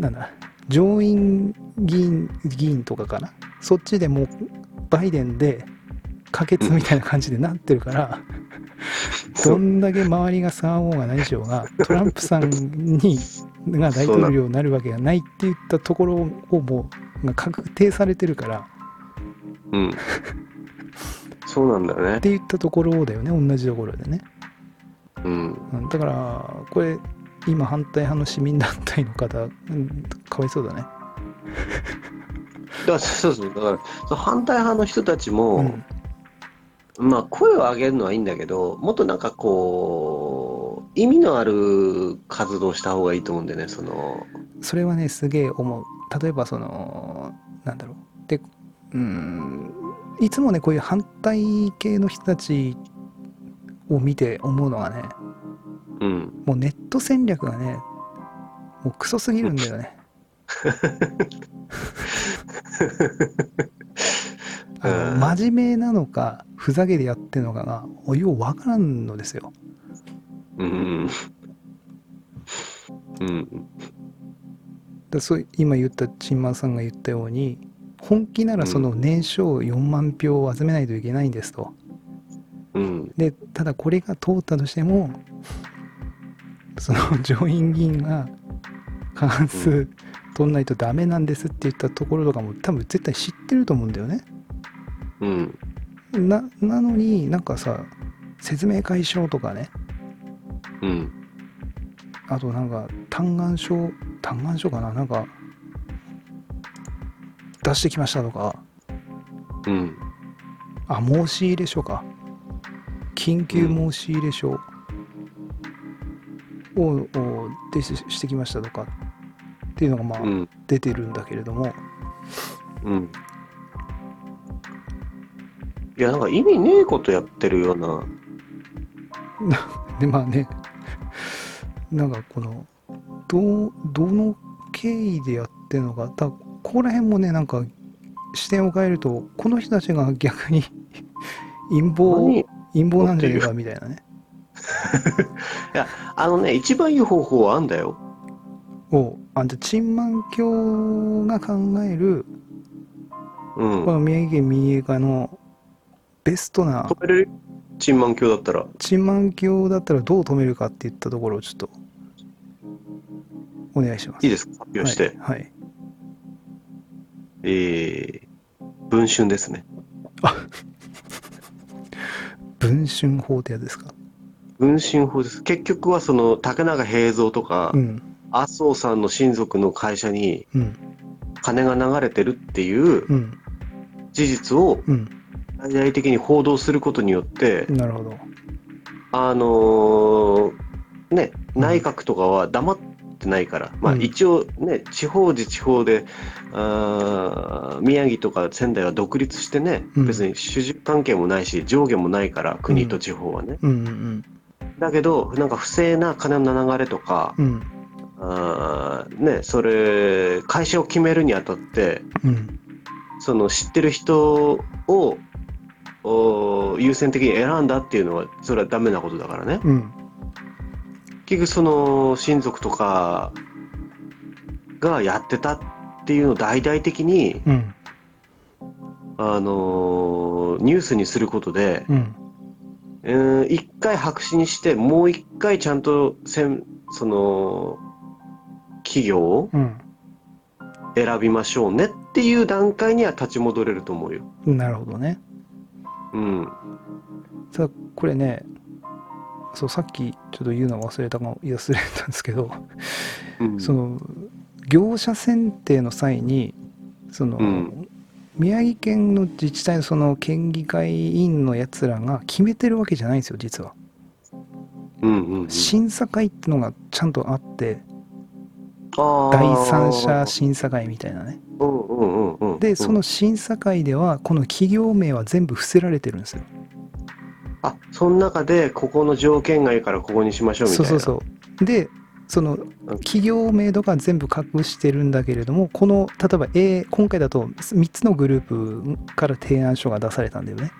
[SPEAKER 1] なんだ上院議員議員とかかなそっちでもうバイデンで可決みたいな感じでなってるから。
[SPEAKER 2] そ
[SPEAKER 1] ど
[SPEAKER 2] うん
[SPEAKER 1] だけ周りが騒ごうが何しようが、トランプさんにが大統領になるわけがないって言ったところをもうが確定されてるから
[SPEAKER 2] うんそうなんだよね
[SPEAKER 1] って言ったところだよね、同じところでね。
[SPEAKER 2] うん
[SPEAKER 1] うんだから、これ、今、反対派の市民団体の方、うんかわいそうだね。
[SPEAKER 2] だからそうそうだからその反対派の人たちも、
[SPEAKER 1] うん
[SPEAKER 2] まあ、声を上げるのはいいんだけど、もっとなんかこう、意味のある活動をした方がいいと思うんだよね、その、
[SPEAKER 1] それはね、すげえ思う。例えば、その、なんだろう。で、うん、いつもね、こういう反対系の人たちを見て思うのがね、
[SPEAKER 2] うん、
[SPEAKER 1] もうネット戦略がね、もうクソすぎるんだよ ね。あの
[SPEAKER 2] うん
[SPEAKER 1] 真面目なのか、ふざけでやってるのかが、おようわからんのですよ。
[SPEAKER 2] うん、うん、
[SPEAKER 1] だそう今言った、チンマンさんが言ったように、本気ならその年商4万票を集めないといけないんですと。
[SPEAKER 2] うん、
[SPEAKER 1] で、ただこれが通ったとしても、その上院議員が過半
[SPEAKER 2] う
[SPEAKER 1] 数取んないとダメなんですって言ったところとかも多分絶対知ってると思うんだよね。
[SPEAKER 2] うん、
[SPEAKER 1] ななのになんかさ説明会しろとかね
[SPEAKER 2] うん、
[SPEAKER 1] あとなんか嘆願書嘆願書かななんか出してきましたとか
[SPEAKER 2] うん、
[SPEAKER 1] あ申し入れ書か緊急申し入れ書をを提出してきましたとかっていうのがまあ
[SPEAKER 2] うん、
[SPEAKER 1] 出てるんだけれども、
[SPEAKER 2] うん。いや、なんか意味ねえことやってるような。
[SPEAKER 1] でまあね なんかこのどどの経緯でやってるのかただここら辺もねなんか視点を変えるとこの人たちが 逆に陰謀
[SPEAKER 2] 何
[SPEAKER 1] 陰謀なんじゃねえかみたいなね
[SPEAKER 2] あのね、一番いい方法はあんだよ。
[SPEAKER 1] をあじゃあチンマン教が考える
[SPEAKER 2] うん。
[SPEAKER 1] この宮城県民営化のベストな
[SPEAKER 2] 止めれるチンマン教だったら。
[SPEAKER 1] チンマン教だったらどう止めるかっていったところをちょっとお願いします。
[SPEAKER 2] いいですか発表して。
[SPEAKER 1] はい、はい
[SPEAKER 2] えー、文春ですね。
[SPEAKER 1] 文春法ってやつですか。
[SPEAKER 2] 文春法です。結局はその、竹中平蔵とか、
[SPEAKER 1] うん
[SPEAKER 2] 麻生さんの親族の会社に
[SPEAKER 1] うん
[SPEAKER 2] 金が流れてるっていう
[SPEAKER 1] うん
[SPEAKER 2] 事実を
[SPEAKER 1] うん。
[SPEAKER 2] 大々的に報道することによって、
[SPEAKER 1] なるほど。
[SPEAKER 2] あのーね、内閣とかは黙ってないから、まあ、
[SPEAKER 1] うん
[SPEAKER 2] 一応、ね、地方自治法であー宮城とか仙台は独立してね、
[SPEAKER 1] うん
[SPEAKER 2] 別に主従関係もないし上下もないから国と地方はね、
[SPEAKER 1] うんうん
[SPEAKER 2] だけどなんか不正な金の流れとか、
[SPEAKER 1] うん
[SPEAKER 2] あーね、それ会社を決めるにあたって
[SPEAKER 1] うん
[SPEAKER 2] その知ってる人をお優先的に選んだっていうのはそれはダメなことだからね。
[SPEAKER 1] うん
[SPEAKER 2] 結局その親族とかがやってたっていうのを大々的に、
[SPEAKER 1] うん
[SPEAKER 2] あのーニュースにすることで、
[SPEAKER 1] うん
[SPEAKER 2] うん、一回白紙にしてもう一回ちゃんとせんその企業を
[SPEAKER 1] うん
[SPEAKER 2] 選びましょうねっていう段階には立ち戻れると思うよ。
[SPEAKER 1] うん。なるほどね。
[SPEAKER 2] うん、
[SPEAKER 1] ただこれね、そうさっきちょっと言うの忘れたかもいや忘れたんですけど、
[SPEAKER 2] うん
[SPEAKER 1] その業者選定の際にその、
[SPEAKER 2] うん
[SPEAKER 1] 宮城県の自治体のその県議会委員のやつらが決めてるわけじゃないんですよ実は、
[SPEAKER 2] うんうんうん、
[SPEAKER 1] 審査会ってのがちゃんとあって第
[SPEAKER 2] 第
[SPEAKER 1] 三者審査会みたいなね
[SPEAKER 2] うんうんうんうん、
[SPEAKER 1] でその審査会ではこの企業名は全部伏せられてるんですよ
[SPEAKER 2] あその中でここの条件がいいからここにしましょうみた
[SPEAKER 1] そ
[SPEAKER 2] いうな
[SPEAKER 1] そうそうでその企業名とか全部隠してるんだけれどもこの例えば A 今回だと3つのグループから提案書が出されたんだよね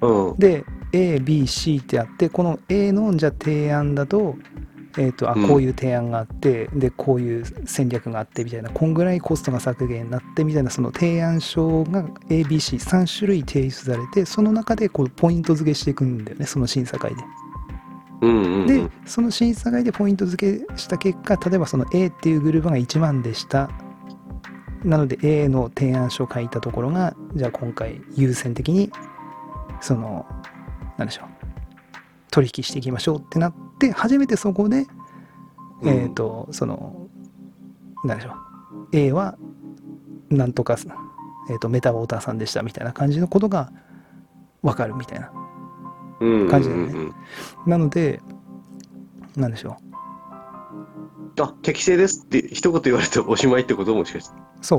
[SPEAKER 2] うん
[SPEAKER 1] で ABC ってあってこの A のじゃあ提案だと,、えー、とあ
[SPEAKER 2] うん
[SPEAKER 1] こういう提案があって、でこういう戦略があってみたいなこんぐらいコストが削減になってみたいなその提案書が ABC3 種類提出されてその中でこうポイント付けしていくんだよねその審査会で。
[SPEAKER 2] うんうんう
[SPEAKER 1] で
[SPEAKER 2] ん、
[SPEAKER 1] その審査会でポイント付けした結果例えばその A っていうグループが1万でしたなので A の提案書を書いたところがじゃあ今回優先的にその何でしょう取引していきましょうってなって初めてそこで、
[SPEAKER 2] うん
[SPEAKER 1] えっ、とその何でしょう A はなんとか、えー、とメタウォーターさんでしたみたいな感じのことが分かるみたいな感じだよね
[SPEAKER 2] うんうんうんうん
[SPEAKER 1] なので何でしょう
[SPEAKER 2] あ適正ですって一言言われておしまいってこともしかして
[SPEAKER 1] そ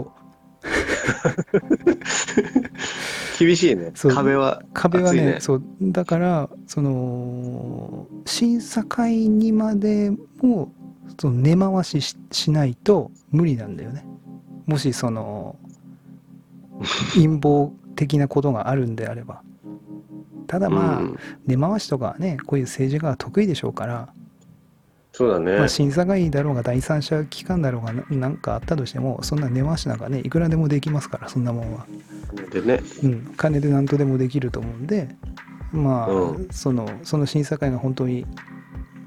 [SPEAKER 1] う
[SPEAKER 2] 厳しいね
[SPEAKER 1] そう
[SPEAKER 2] 壁は
[SPEAKER 1] 壁はね
[SPEAKER 2] 熱いね
[SPEAKER 1] そうだからその審査会にまでもその根回しししないと無理なんだよねもしそ の陰謀的なことがあるんであればただまあ、
[SPEAKER 2] うん
[SPEAKER 1] 根回しとかはねこういう政治家は得意でしょうから、
[SPEAKER 2] そうだね、
[SPEAKER 1] まあ、審査会だろうが第三者機関だろうがななんかあったとしてもそんな根回しなんかねいくらでもできますからそんなもんは。
[SPEAKER 2] でね
[SPEAKER 1] うん、金で何とでもできると思うんでまあ、
[SPEAKER 2] う
[SPEAKER 1] そのその審査会が本当に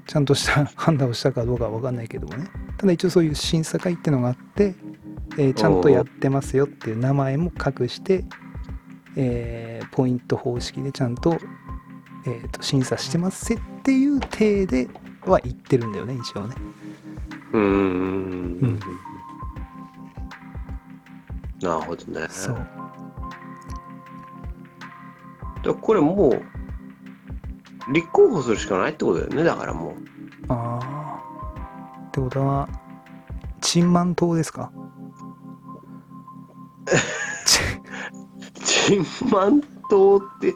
[SPEAKER 1] ちゃんとした判断をしたかどうかは分かんないけどもねただ一応そういう審査会ってのがあって、えーちゃんとやってますよっていう名前も隠して、えーポイント方式でちゃんと,、えーと審査してますせっていう体では言ってるんだよね一応ね
[SPEAKER 2] うんうんうんうん
[SPEAKER 1] うん
[SPEAKER 2] なるほどね
[SPEAKER 1] そう
[SPEAKER 2] だこれもう立候補するしかないってことだよね、だからも
[SPEAKER 1] ああ。ってことは、チンマン島です かチ
[SPEAKER 2] う。チンマン党って、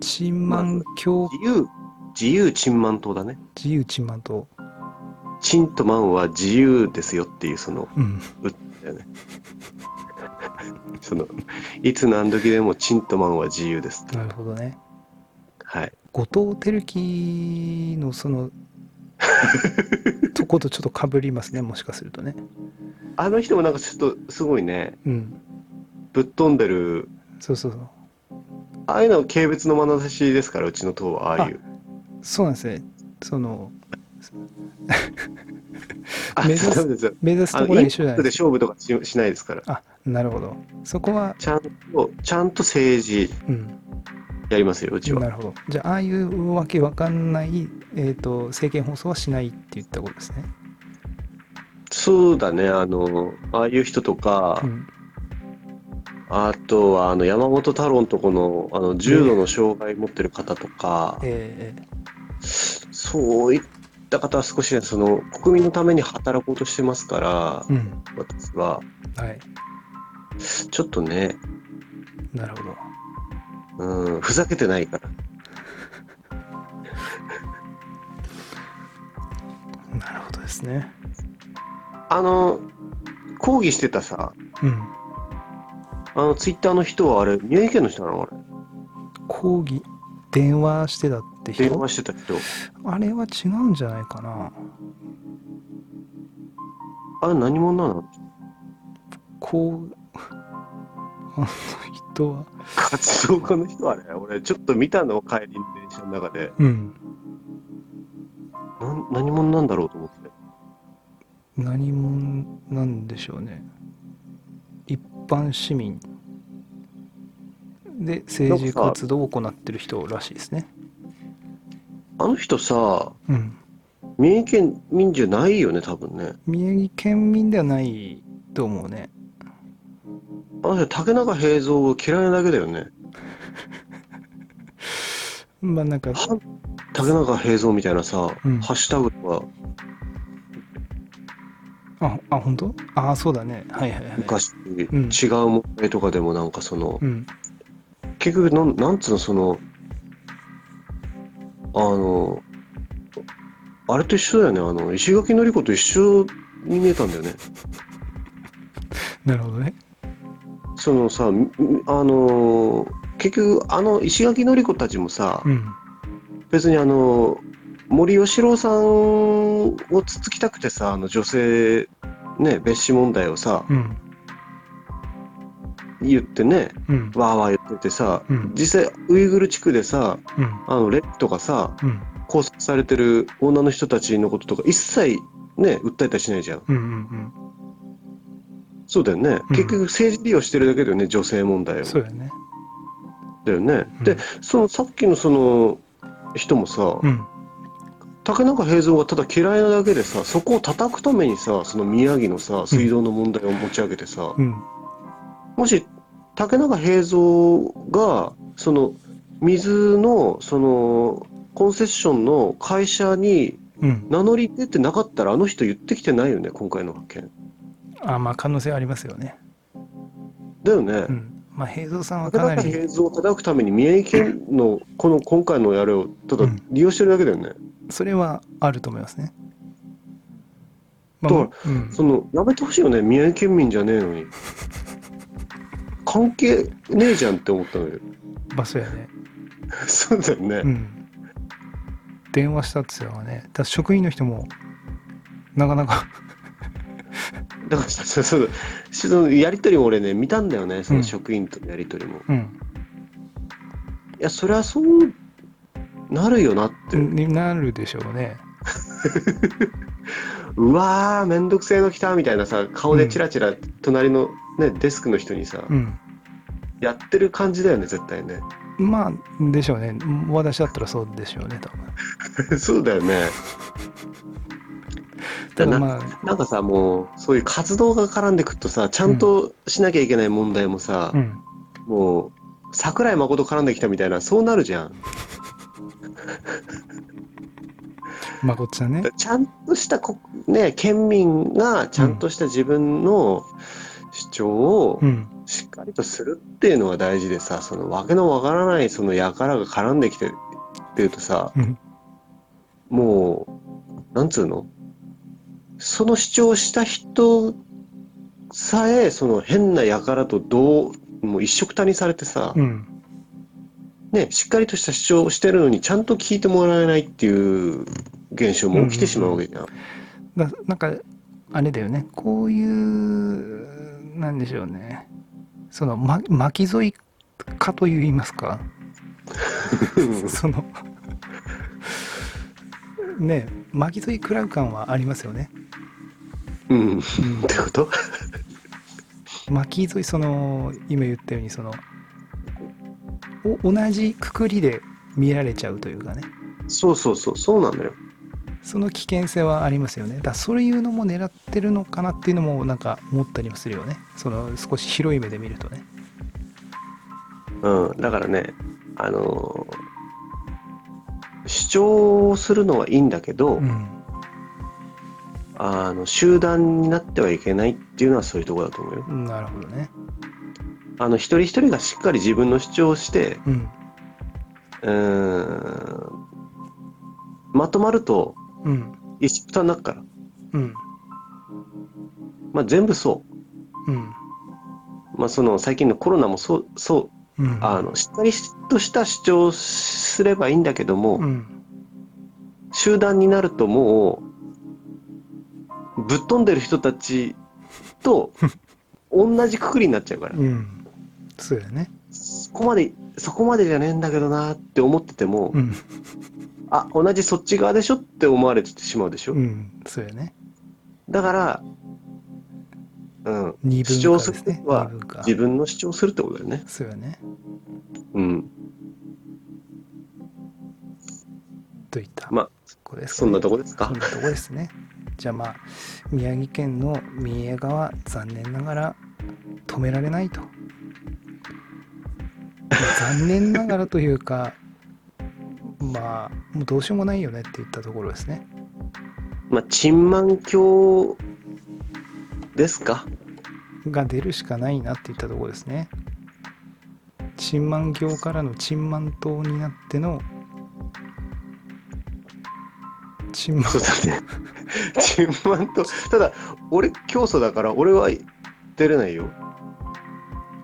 [SPEAKER 1] チンマン教、
[SPEAKER 2] 自由、自由チンマン党だね。
[SPEAKER 1] 自由チンマン島。
[SPEAKER 2] チンとマンは自由ですよっていう、その、
[SPEAKER 1] うん。
[SPEAKER 2] その、いつ何時でもチンとマンは自由ですと
[SPEAKER 1] なるほどね。
[SPEAKER 2] はい。
[SPEAKER 1] 後藤輝樹のその、とことちょっとかぶり ますね、もしかするとね。
[SPEAKER 2] あの人もなんかちょっとすごいね、
[SPEAKER 1] うん。
[SPEAKER 2] ぶっ飛んでる、
[SPEAKER 1] そうそうそう。
[SPEAKER 2] ああいうのは軽蔑の眼差しですから、うちの党はああいう。
[SPEAKER 1] そうなんですね。その、
[SPEAKER 2] あ、
[SPEAKER 1] 目指す
[SPEAKER 2] そうなんですよ。
[SPEAKER 1] 目指す
[SPEAKER 2] あ
[SPEAKER 1] とこ
[SPEAKER 2] の、
[SPEAKER 1] ろは
[SPEAKER 2] イン
[SPEAKER 1] 一緒じゃな
[SPEAKER 2] パク
[SPEAKER 1] いで
[SPEAKER 2] トです勝負とかししないですから。
[SPEAKER 1] か。あ、なるほど。そこは、
[SPEAKER 2] ちゃんと、ちゃんと政治
[SPEAKER 1] うん。
[SPEAKER 2] やりますよ、うち
[SPEAKER 1] な
[SPEAKER 2] は。
[SPEAKER 1] るほど。じゃあ、ああいうわけわかんない、えっ、と、政見放送はしないって言ったことですね。
[SPEAKER 2] そうだね、あの、ああいう人とか、
[SPEAKER 1] うん。
[SPEAKER 2] あとは、あの、山本太郎のとこの、あの、重度の障害持ってる方とか、
[SPEAKER 1] え
[SPEAKER 2] そういった方は少しね、その、国民のために働こうとしてますから
[SPEAKER 1] え、うん。
[SPEAKER 2] 私は、
[SPEAKER 1] はい。
[SPEAKER 2] ちょっとね、
[SPEAKER 1] なるほど。
[SPEAKER 2] うん、ふざけてないから。
[SPEAKER 1] なるほどですね。
[SPEAKER 2] あの、抗議してたさ、
[SPEAKER 1] うん。
[SPEAKER 2] あの、ツイッターの人は、あれ、宮城県の人なのあれ。
[SPEAKER 1] 抗議、電話してたって
[SPEAKER 2] 電
[SPEAKER 1] 人
[SPEAKER 2] 話してた人。
[SPEAKER 1] あれは違うんじゃないかな。
[SPEAKER 2] あれ、何者なの
[SPEAKER 1] こう、 あの人は、
[SPEAKER 2] 活動家の人あれ俺ちょっと見たの帰りの電車の中で
[SPEAKER 1] うん。
[SPEAKER 2] なん何者なんだろうと思って
[SPEAKER 1] 何者なんでしょうね。一般市民で政治活動を行ってる人らしいですね。
[SPEAKER 2] あの人さ
[SPEAKER 1] うん。
[SPEAKER 2] 三重県民じゃないよね多分ね
[SPEAKER 1] 宮城県民ではないと思うね。
[SPEAKER 2] あの人竹中平蔵を嫌いなだけだよね
[SPEAKER 1] まあなんか、
[SPEAKER 2] は竹中平蔵みたいなさ、
[SPEAKER 1] うん
[SPEAKER 2] ハッシュタグとか
[SPEAKER 1] あ、あ、本当？ああ、そうだね。はいはいはい。
[SPEAKER 2] 昔、
[SPEAKER 1] ん
[SPEAKER 2] 違う問題とかでもなんかその、
[SPEAKER 1] うん。
[SPEAKER 2] 結局なんなんつうのそのあのあれと一緒だよねあの石垣のり子と一緒に見えたんだよね
[SPEAKER 1] なるほどね。
[SPEAKER 2] そのさ、みあのー結局、あの石垣のり子たちもさ、
[SPEAKER 1] うん。
[SPEAKER 2] 別にあの森喜朗さんをつつきたくてさ、あの女性、ね、別紙問題をさ、
[SPEAKER 1] うん。
[SPEAKER 2] 言ってね、
[SPEAKER 1] うん。
[SPEAKER 2] わーわー言っててさ、
[SPEAKER 1] うん。
[SPEAKER 2] 実際、ウイグル地区でさ、
[SPEAKER 1] うん。
[SPEAKER 2] あのレッとかさ、
[SPEAKER 1] うん。
[SPEAKER 2] 拘束されてる女の人たちのこととか、一切ね、訴えたりしないじゃん。
[SPEAKER 1] うん。うん。
[SPEAKER 2] そうだよね。
[SPEAKER 1] うん
[SPEAKER 2] 結局、政治利用してるだけだよね、女性問題を。
[SPEAKER 1] そうだよね。
[SPEAKER 2] だよね。
[SPEAKER 1] うん
[SPEAKER 2] で、そのさっきのその人もさ、
[SPEAKER 1] うん。
[SPEAKER 2] 竹中平蔵がただ嫌いなだけでさそこを叩くためにさその宮城のさ水道の問題を持ち上げてさ、
[SPEAKER 1] うん。
[SPEAKER 2] もし竹中平蔵がその水のそのコンセッションの会社に
[SPEAKER 1] うん。
[SPEAKER 2] 名乗り出てなかったらあの人言ってきてないよね今回の発見
[SPEAKER 1] あ、まあ可能性はありますよね。
[SPEAKER 2] だよね、
[SPEAKER 1] うん。まあ平蔵さんは
[SPEAKER 2] 竹
[SPEAKER 1] かな
[SPEAKER 2] 中
[SPEAKER 1] り
[SPEAKER 2] 平蔵を叩くために宮城県のこの今回のやれをただ利用してるだけだよね、
[SPEAKER 1] それはあると思いますね。ま
[SPEAKER 2] だ
[SPEAKER 1] あ、うん。
[SPEAKER 2] そのやめてほしいよね宮城県民じゃねえのに関係ねえじゃんって思ったのよ
[SPEAKER 1] まあそうやね。
[SPEAKER 2] そうだよね、
[SPEAKER 1] うん。電話したって言ってたからね。ただ職員の人もなかなか
[SPEAKER 2] だからそうそうそうしそのやり取りも俺ね見たんだよねそうの
[SPEAKER 1] ん
[SPEAKER 2] 職員とのやり取りも、い
[SPEAKER 1] うん。
[SPEAKER 2] やそりゃそうなるよなって、う
[SPEAKER 1] になるでしょうね。
[SPEAKER 2] わーめんどくせえの来たみたいなさ顔でチラチラ隣の、ね、デスクの人にさ、
[SPEAKER 1] うん。
[SPEAKER 2] やってる感じだよね絶対ね
[SPEAKER 1] まあでしょうね。私だったらそうでしょうね。多分。
[SPEAKER 2] そうだよね
[SPEAKER 1] ただ
[SPEAKER 2] な
[SPEAKER 1] まあ、
[SPEAKER 2] なんかさもうそういう活動が絡んでくるとさちゃんとしなきゃいけない問題もさ、
[SPEAKER 1] うん。
[SPEAKER 2] もう、桜井誠絡んできたみたいな、そうなるじゃん。
[SPEAKER 1] まこっちゃんね。
[SPEAKER 2] ちゃんとしたこ、ね、県民がちゃんとした自分の主張を
[SPEAKER 1] うん。
[SPEAKER 2] しっかりとするっていうのが大事でさ、そのわけのわからないその輩が絡んできてっていうとさ、
[SPEAKER 1] うん
[SPEAKER 2] もう、なんつうのその主張した人さえ、その変な輩とどう、もう一緒くたにされてさ、
[SPEAKER 1] うん。
[SPEAKER 2] ね、しっかりとした主張をしてるのにちゃんと聞いてもらえないっていう現象も起きてしまうわけじ ゃん。
[SPEAKER 1] だなんか、あれだよね。こういう、なんでしょうね。その、ま、巻き添いかと言いますか。その、 ねえ巻き添い食らう感はありますよね。
[SPEAKER 2] うん。っ
[SPEAKER 1] うん
[SPEAKER 2] てこと
[SPEAKER 1] 巻き添いその今言ったようにそのお同じくくりで見られちゃうというかね
[SPEAKER 2] そうそうそう、そうなんだよ。
[SPEAKER 1] その危険性はありますよねだからそういうのも狙ってるのかなっていうのもなんか思ったりもするよねその少し広い目で見るとね
[SPEAKER 2] うん。だからね、あのー主張をするのはいいんだけど、
[SPEAKER 1] うん
[SPEAKER 2] あの、集団になってはいけないっていうのはそういうところだと思うよ。
[SPEAKER 1] なるほどね
[SPEAKER 2] あの、一人一人がしっかり自分の主張をして、
[SPEAKER 1] うん
[SPEAKER 2] うーん、まとまると
[SPEAKER 1] うん
[SPEAKER 2] 一緒くたになるから。
[SPEAKER 1] うん
[SPEAKER 2] まあ全部そう。
[SPEAKER 1] うん
[SPEAKER 2] まあ、その最近のコロナもそうそう
[SPEAKER 1] うん
[SPEAKER 2] あのしっかりとした主張をすればいいんだけども、
[SPEAKER 1] うん
[SPEAKER 2] 集団になるともうぶっ飛んでる人たち と同じくくりになっちゃうから、
[SPEAKER 1] うんそうだね
[SPEAKER 2] そこまでそこまでじゃねえんだけどなって思ってても、
[SPEAKER 1] うん
[SPEAKER 2] あ同じそっち側でしょって思われてしまうでしょ、
[SPEAKER 1] うんそうだね
[SPEAKER 2] だから、うん、
[SPEAKER 1] 二
[SPEAKER 2] 主
[SPEAKER 1] 分
[SPEAKER 2] 張
[SPEAKER 1] 化
[SPEAKER 2] す
[SPEAKER 1] で
[SPEAKER 2] る
[SPEAKER 1] すね
[SPEAKER 2] のは
[SPEAKER 1] 二分化
[SPEAKER 2] 自分の主張するってことだよね
[SPEAKER 1] そうだね
[SPEAKER 2] うん
[SPEAKER 1] といった
[SPEAKER 2] まあ
[SPEAKER 1] そこです
[SPEAKER 2] そんなとこですか
[SPEAKER 1] そんなとこですね。じゃあまあ宮城県の民営化は残念ながら止められないと。残念ながらというかまあもうどうしようもないよねって言ったところですね。
[SPEAKER 2] まあ、チンマン教ですか
[SPEAKER 1] が出るしかないなって言ったところですね。陳満行からの陳満島になっての陳満
[SPEAKER 2] そうだね。 チンマンと、ただ、俺、教祖だから、俺は出れないよ。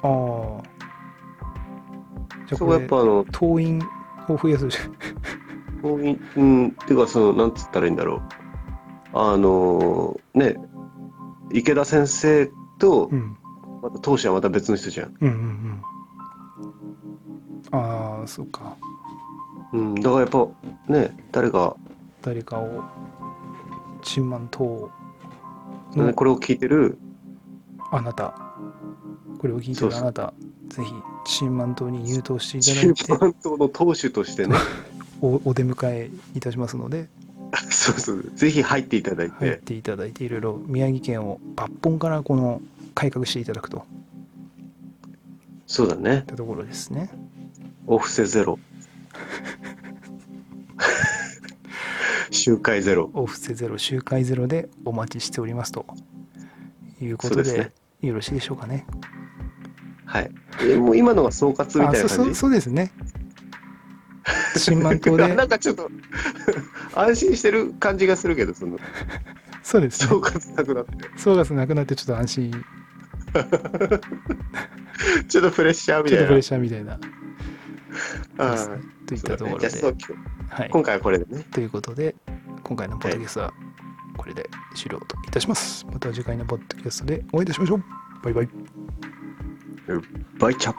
[SPEAKER 1] ああじゃあこ
[SPEAKER 2] そこはや
[SPEAKER 1] れ
[SPEAKER 2] っぱ、あの、
[SPEAKER 1] 党員を増やすしか
[SPEAKER 2] 党員、うん、てか、その、なんつったらいいんだろう。あのね、池田先生と
[SPEAKER 1] う、ん
[SPEAKER 2] また当主はまた別の人じゃん。
[SPEAKER 1] うんうんうんああそうか
[SPEAKER 2] うん、だからやっぱ、ね、誰か、
[SPEAKER 1] 誰かをチンマン党
[SPEAKER 2] ね
[SPEAKER 1] の
[SPEAKER 2] これを聞いてる、
[SPEAKER 1] あなたこれを聞いて
[SPEAKER 2] そう
[SPEAKER 1] る
[SPEAKER 2] そ
[SPEAKER 1] あ
[SPEAKER 2] う
[SPEAKER 1] なたぜひチンマン党に入党して
[SPEAKER 2] チン
[SPEAKER 1] いただいて
[SPEAKER 2] マン党の党首としてね、
[SPEAKER 1] おお出迎えいたしますので
[SPEAKER 2] そうそう、ぜひ入っていただい
[SPEAKER 1] 入っ
[SPEAKER 2] て、
[SPEAKER 1] ていただいていろいろ宮城県を抜本からこの改革していただくといっ
[SPEAKER 2] そうだね。
[SPEAKER 1] たところですね
[SPEAKER 2] お布施 ゼロ。集会ゼロ。
[SPEAKER 1] お布施ゼロ周回ゼロでお待ちしておりますということで
[SPEAKER 2] そうです
[SPEAKER 1] よろしいでしょうかね
[SPEAKER 2] はい。えもう今のが総括み
[SPEAKER 1] あそ
[SPEAKER 2] たいな
[SPEAKER 1] うそ
[SPEAKER 2] 感
[SPEAKER 1] う
[SPEAKER 2] じ。
[SPEAKER 1] そうですね新満 島で
[SPEAKER 2] なんかちょっと安心してる感じがするけど、その
[SPEAKER 1] そうですね
[SPEAKER 2] 総括なくなって、
[SPEAKER 1] 総括なくなってちょっと安心
[SPEAKER 2] ちょっとプレッシャーみ
[SPEAKER 1] ちょっと
[SPEAKER 2] たいな。
[SPEAKER 1] プレッシャーみたいな
[SPEAKER 2] うん
[SPEAKER 1] ですねといっ
[SPEAKER 2] そう
[SPEAKER 1] た
[SPEAKER 2] だ
[SPEAKER 1] と
[SPEAKER 2] ね
[SPEAKER 1] ころで
[SPEAKER 2] じゃあそう
[SPEAKER 1] はい
[SPEAKER 2] 今回はこれでね。
[SPEAKER 1] ということで今回のポッドキャストはこれで終了といたしますまた次回のポッドキャストでお会いいたしましょうバイバイ
[SPEAKER 2] バイチャ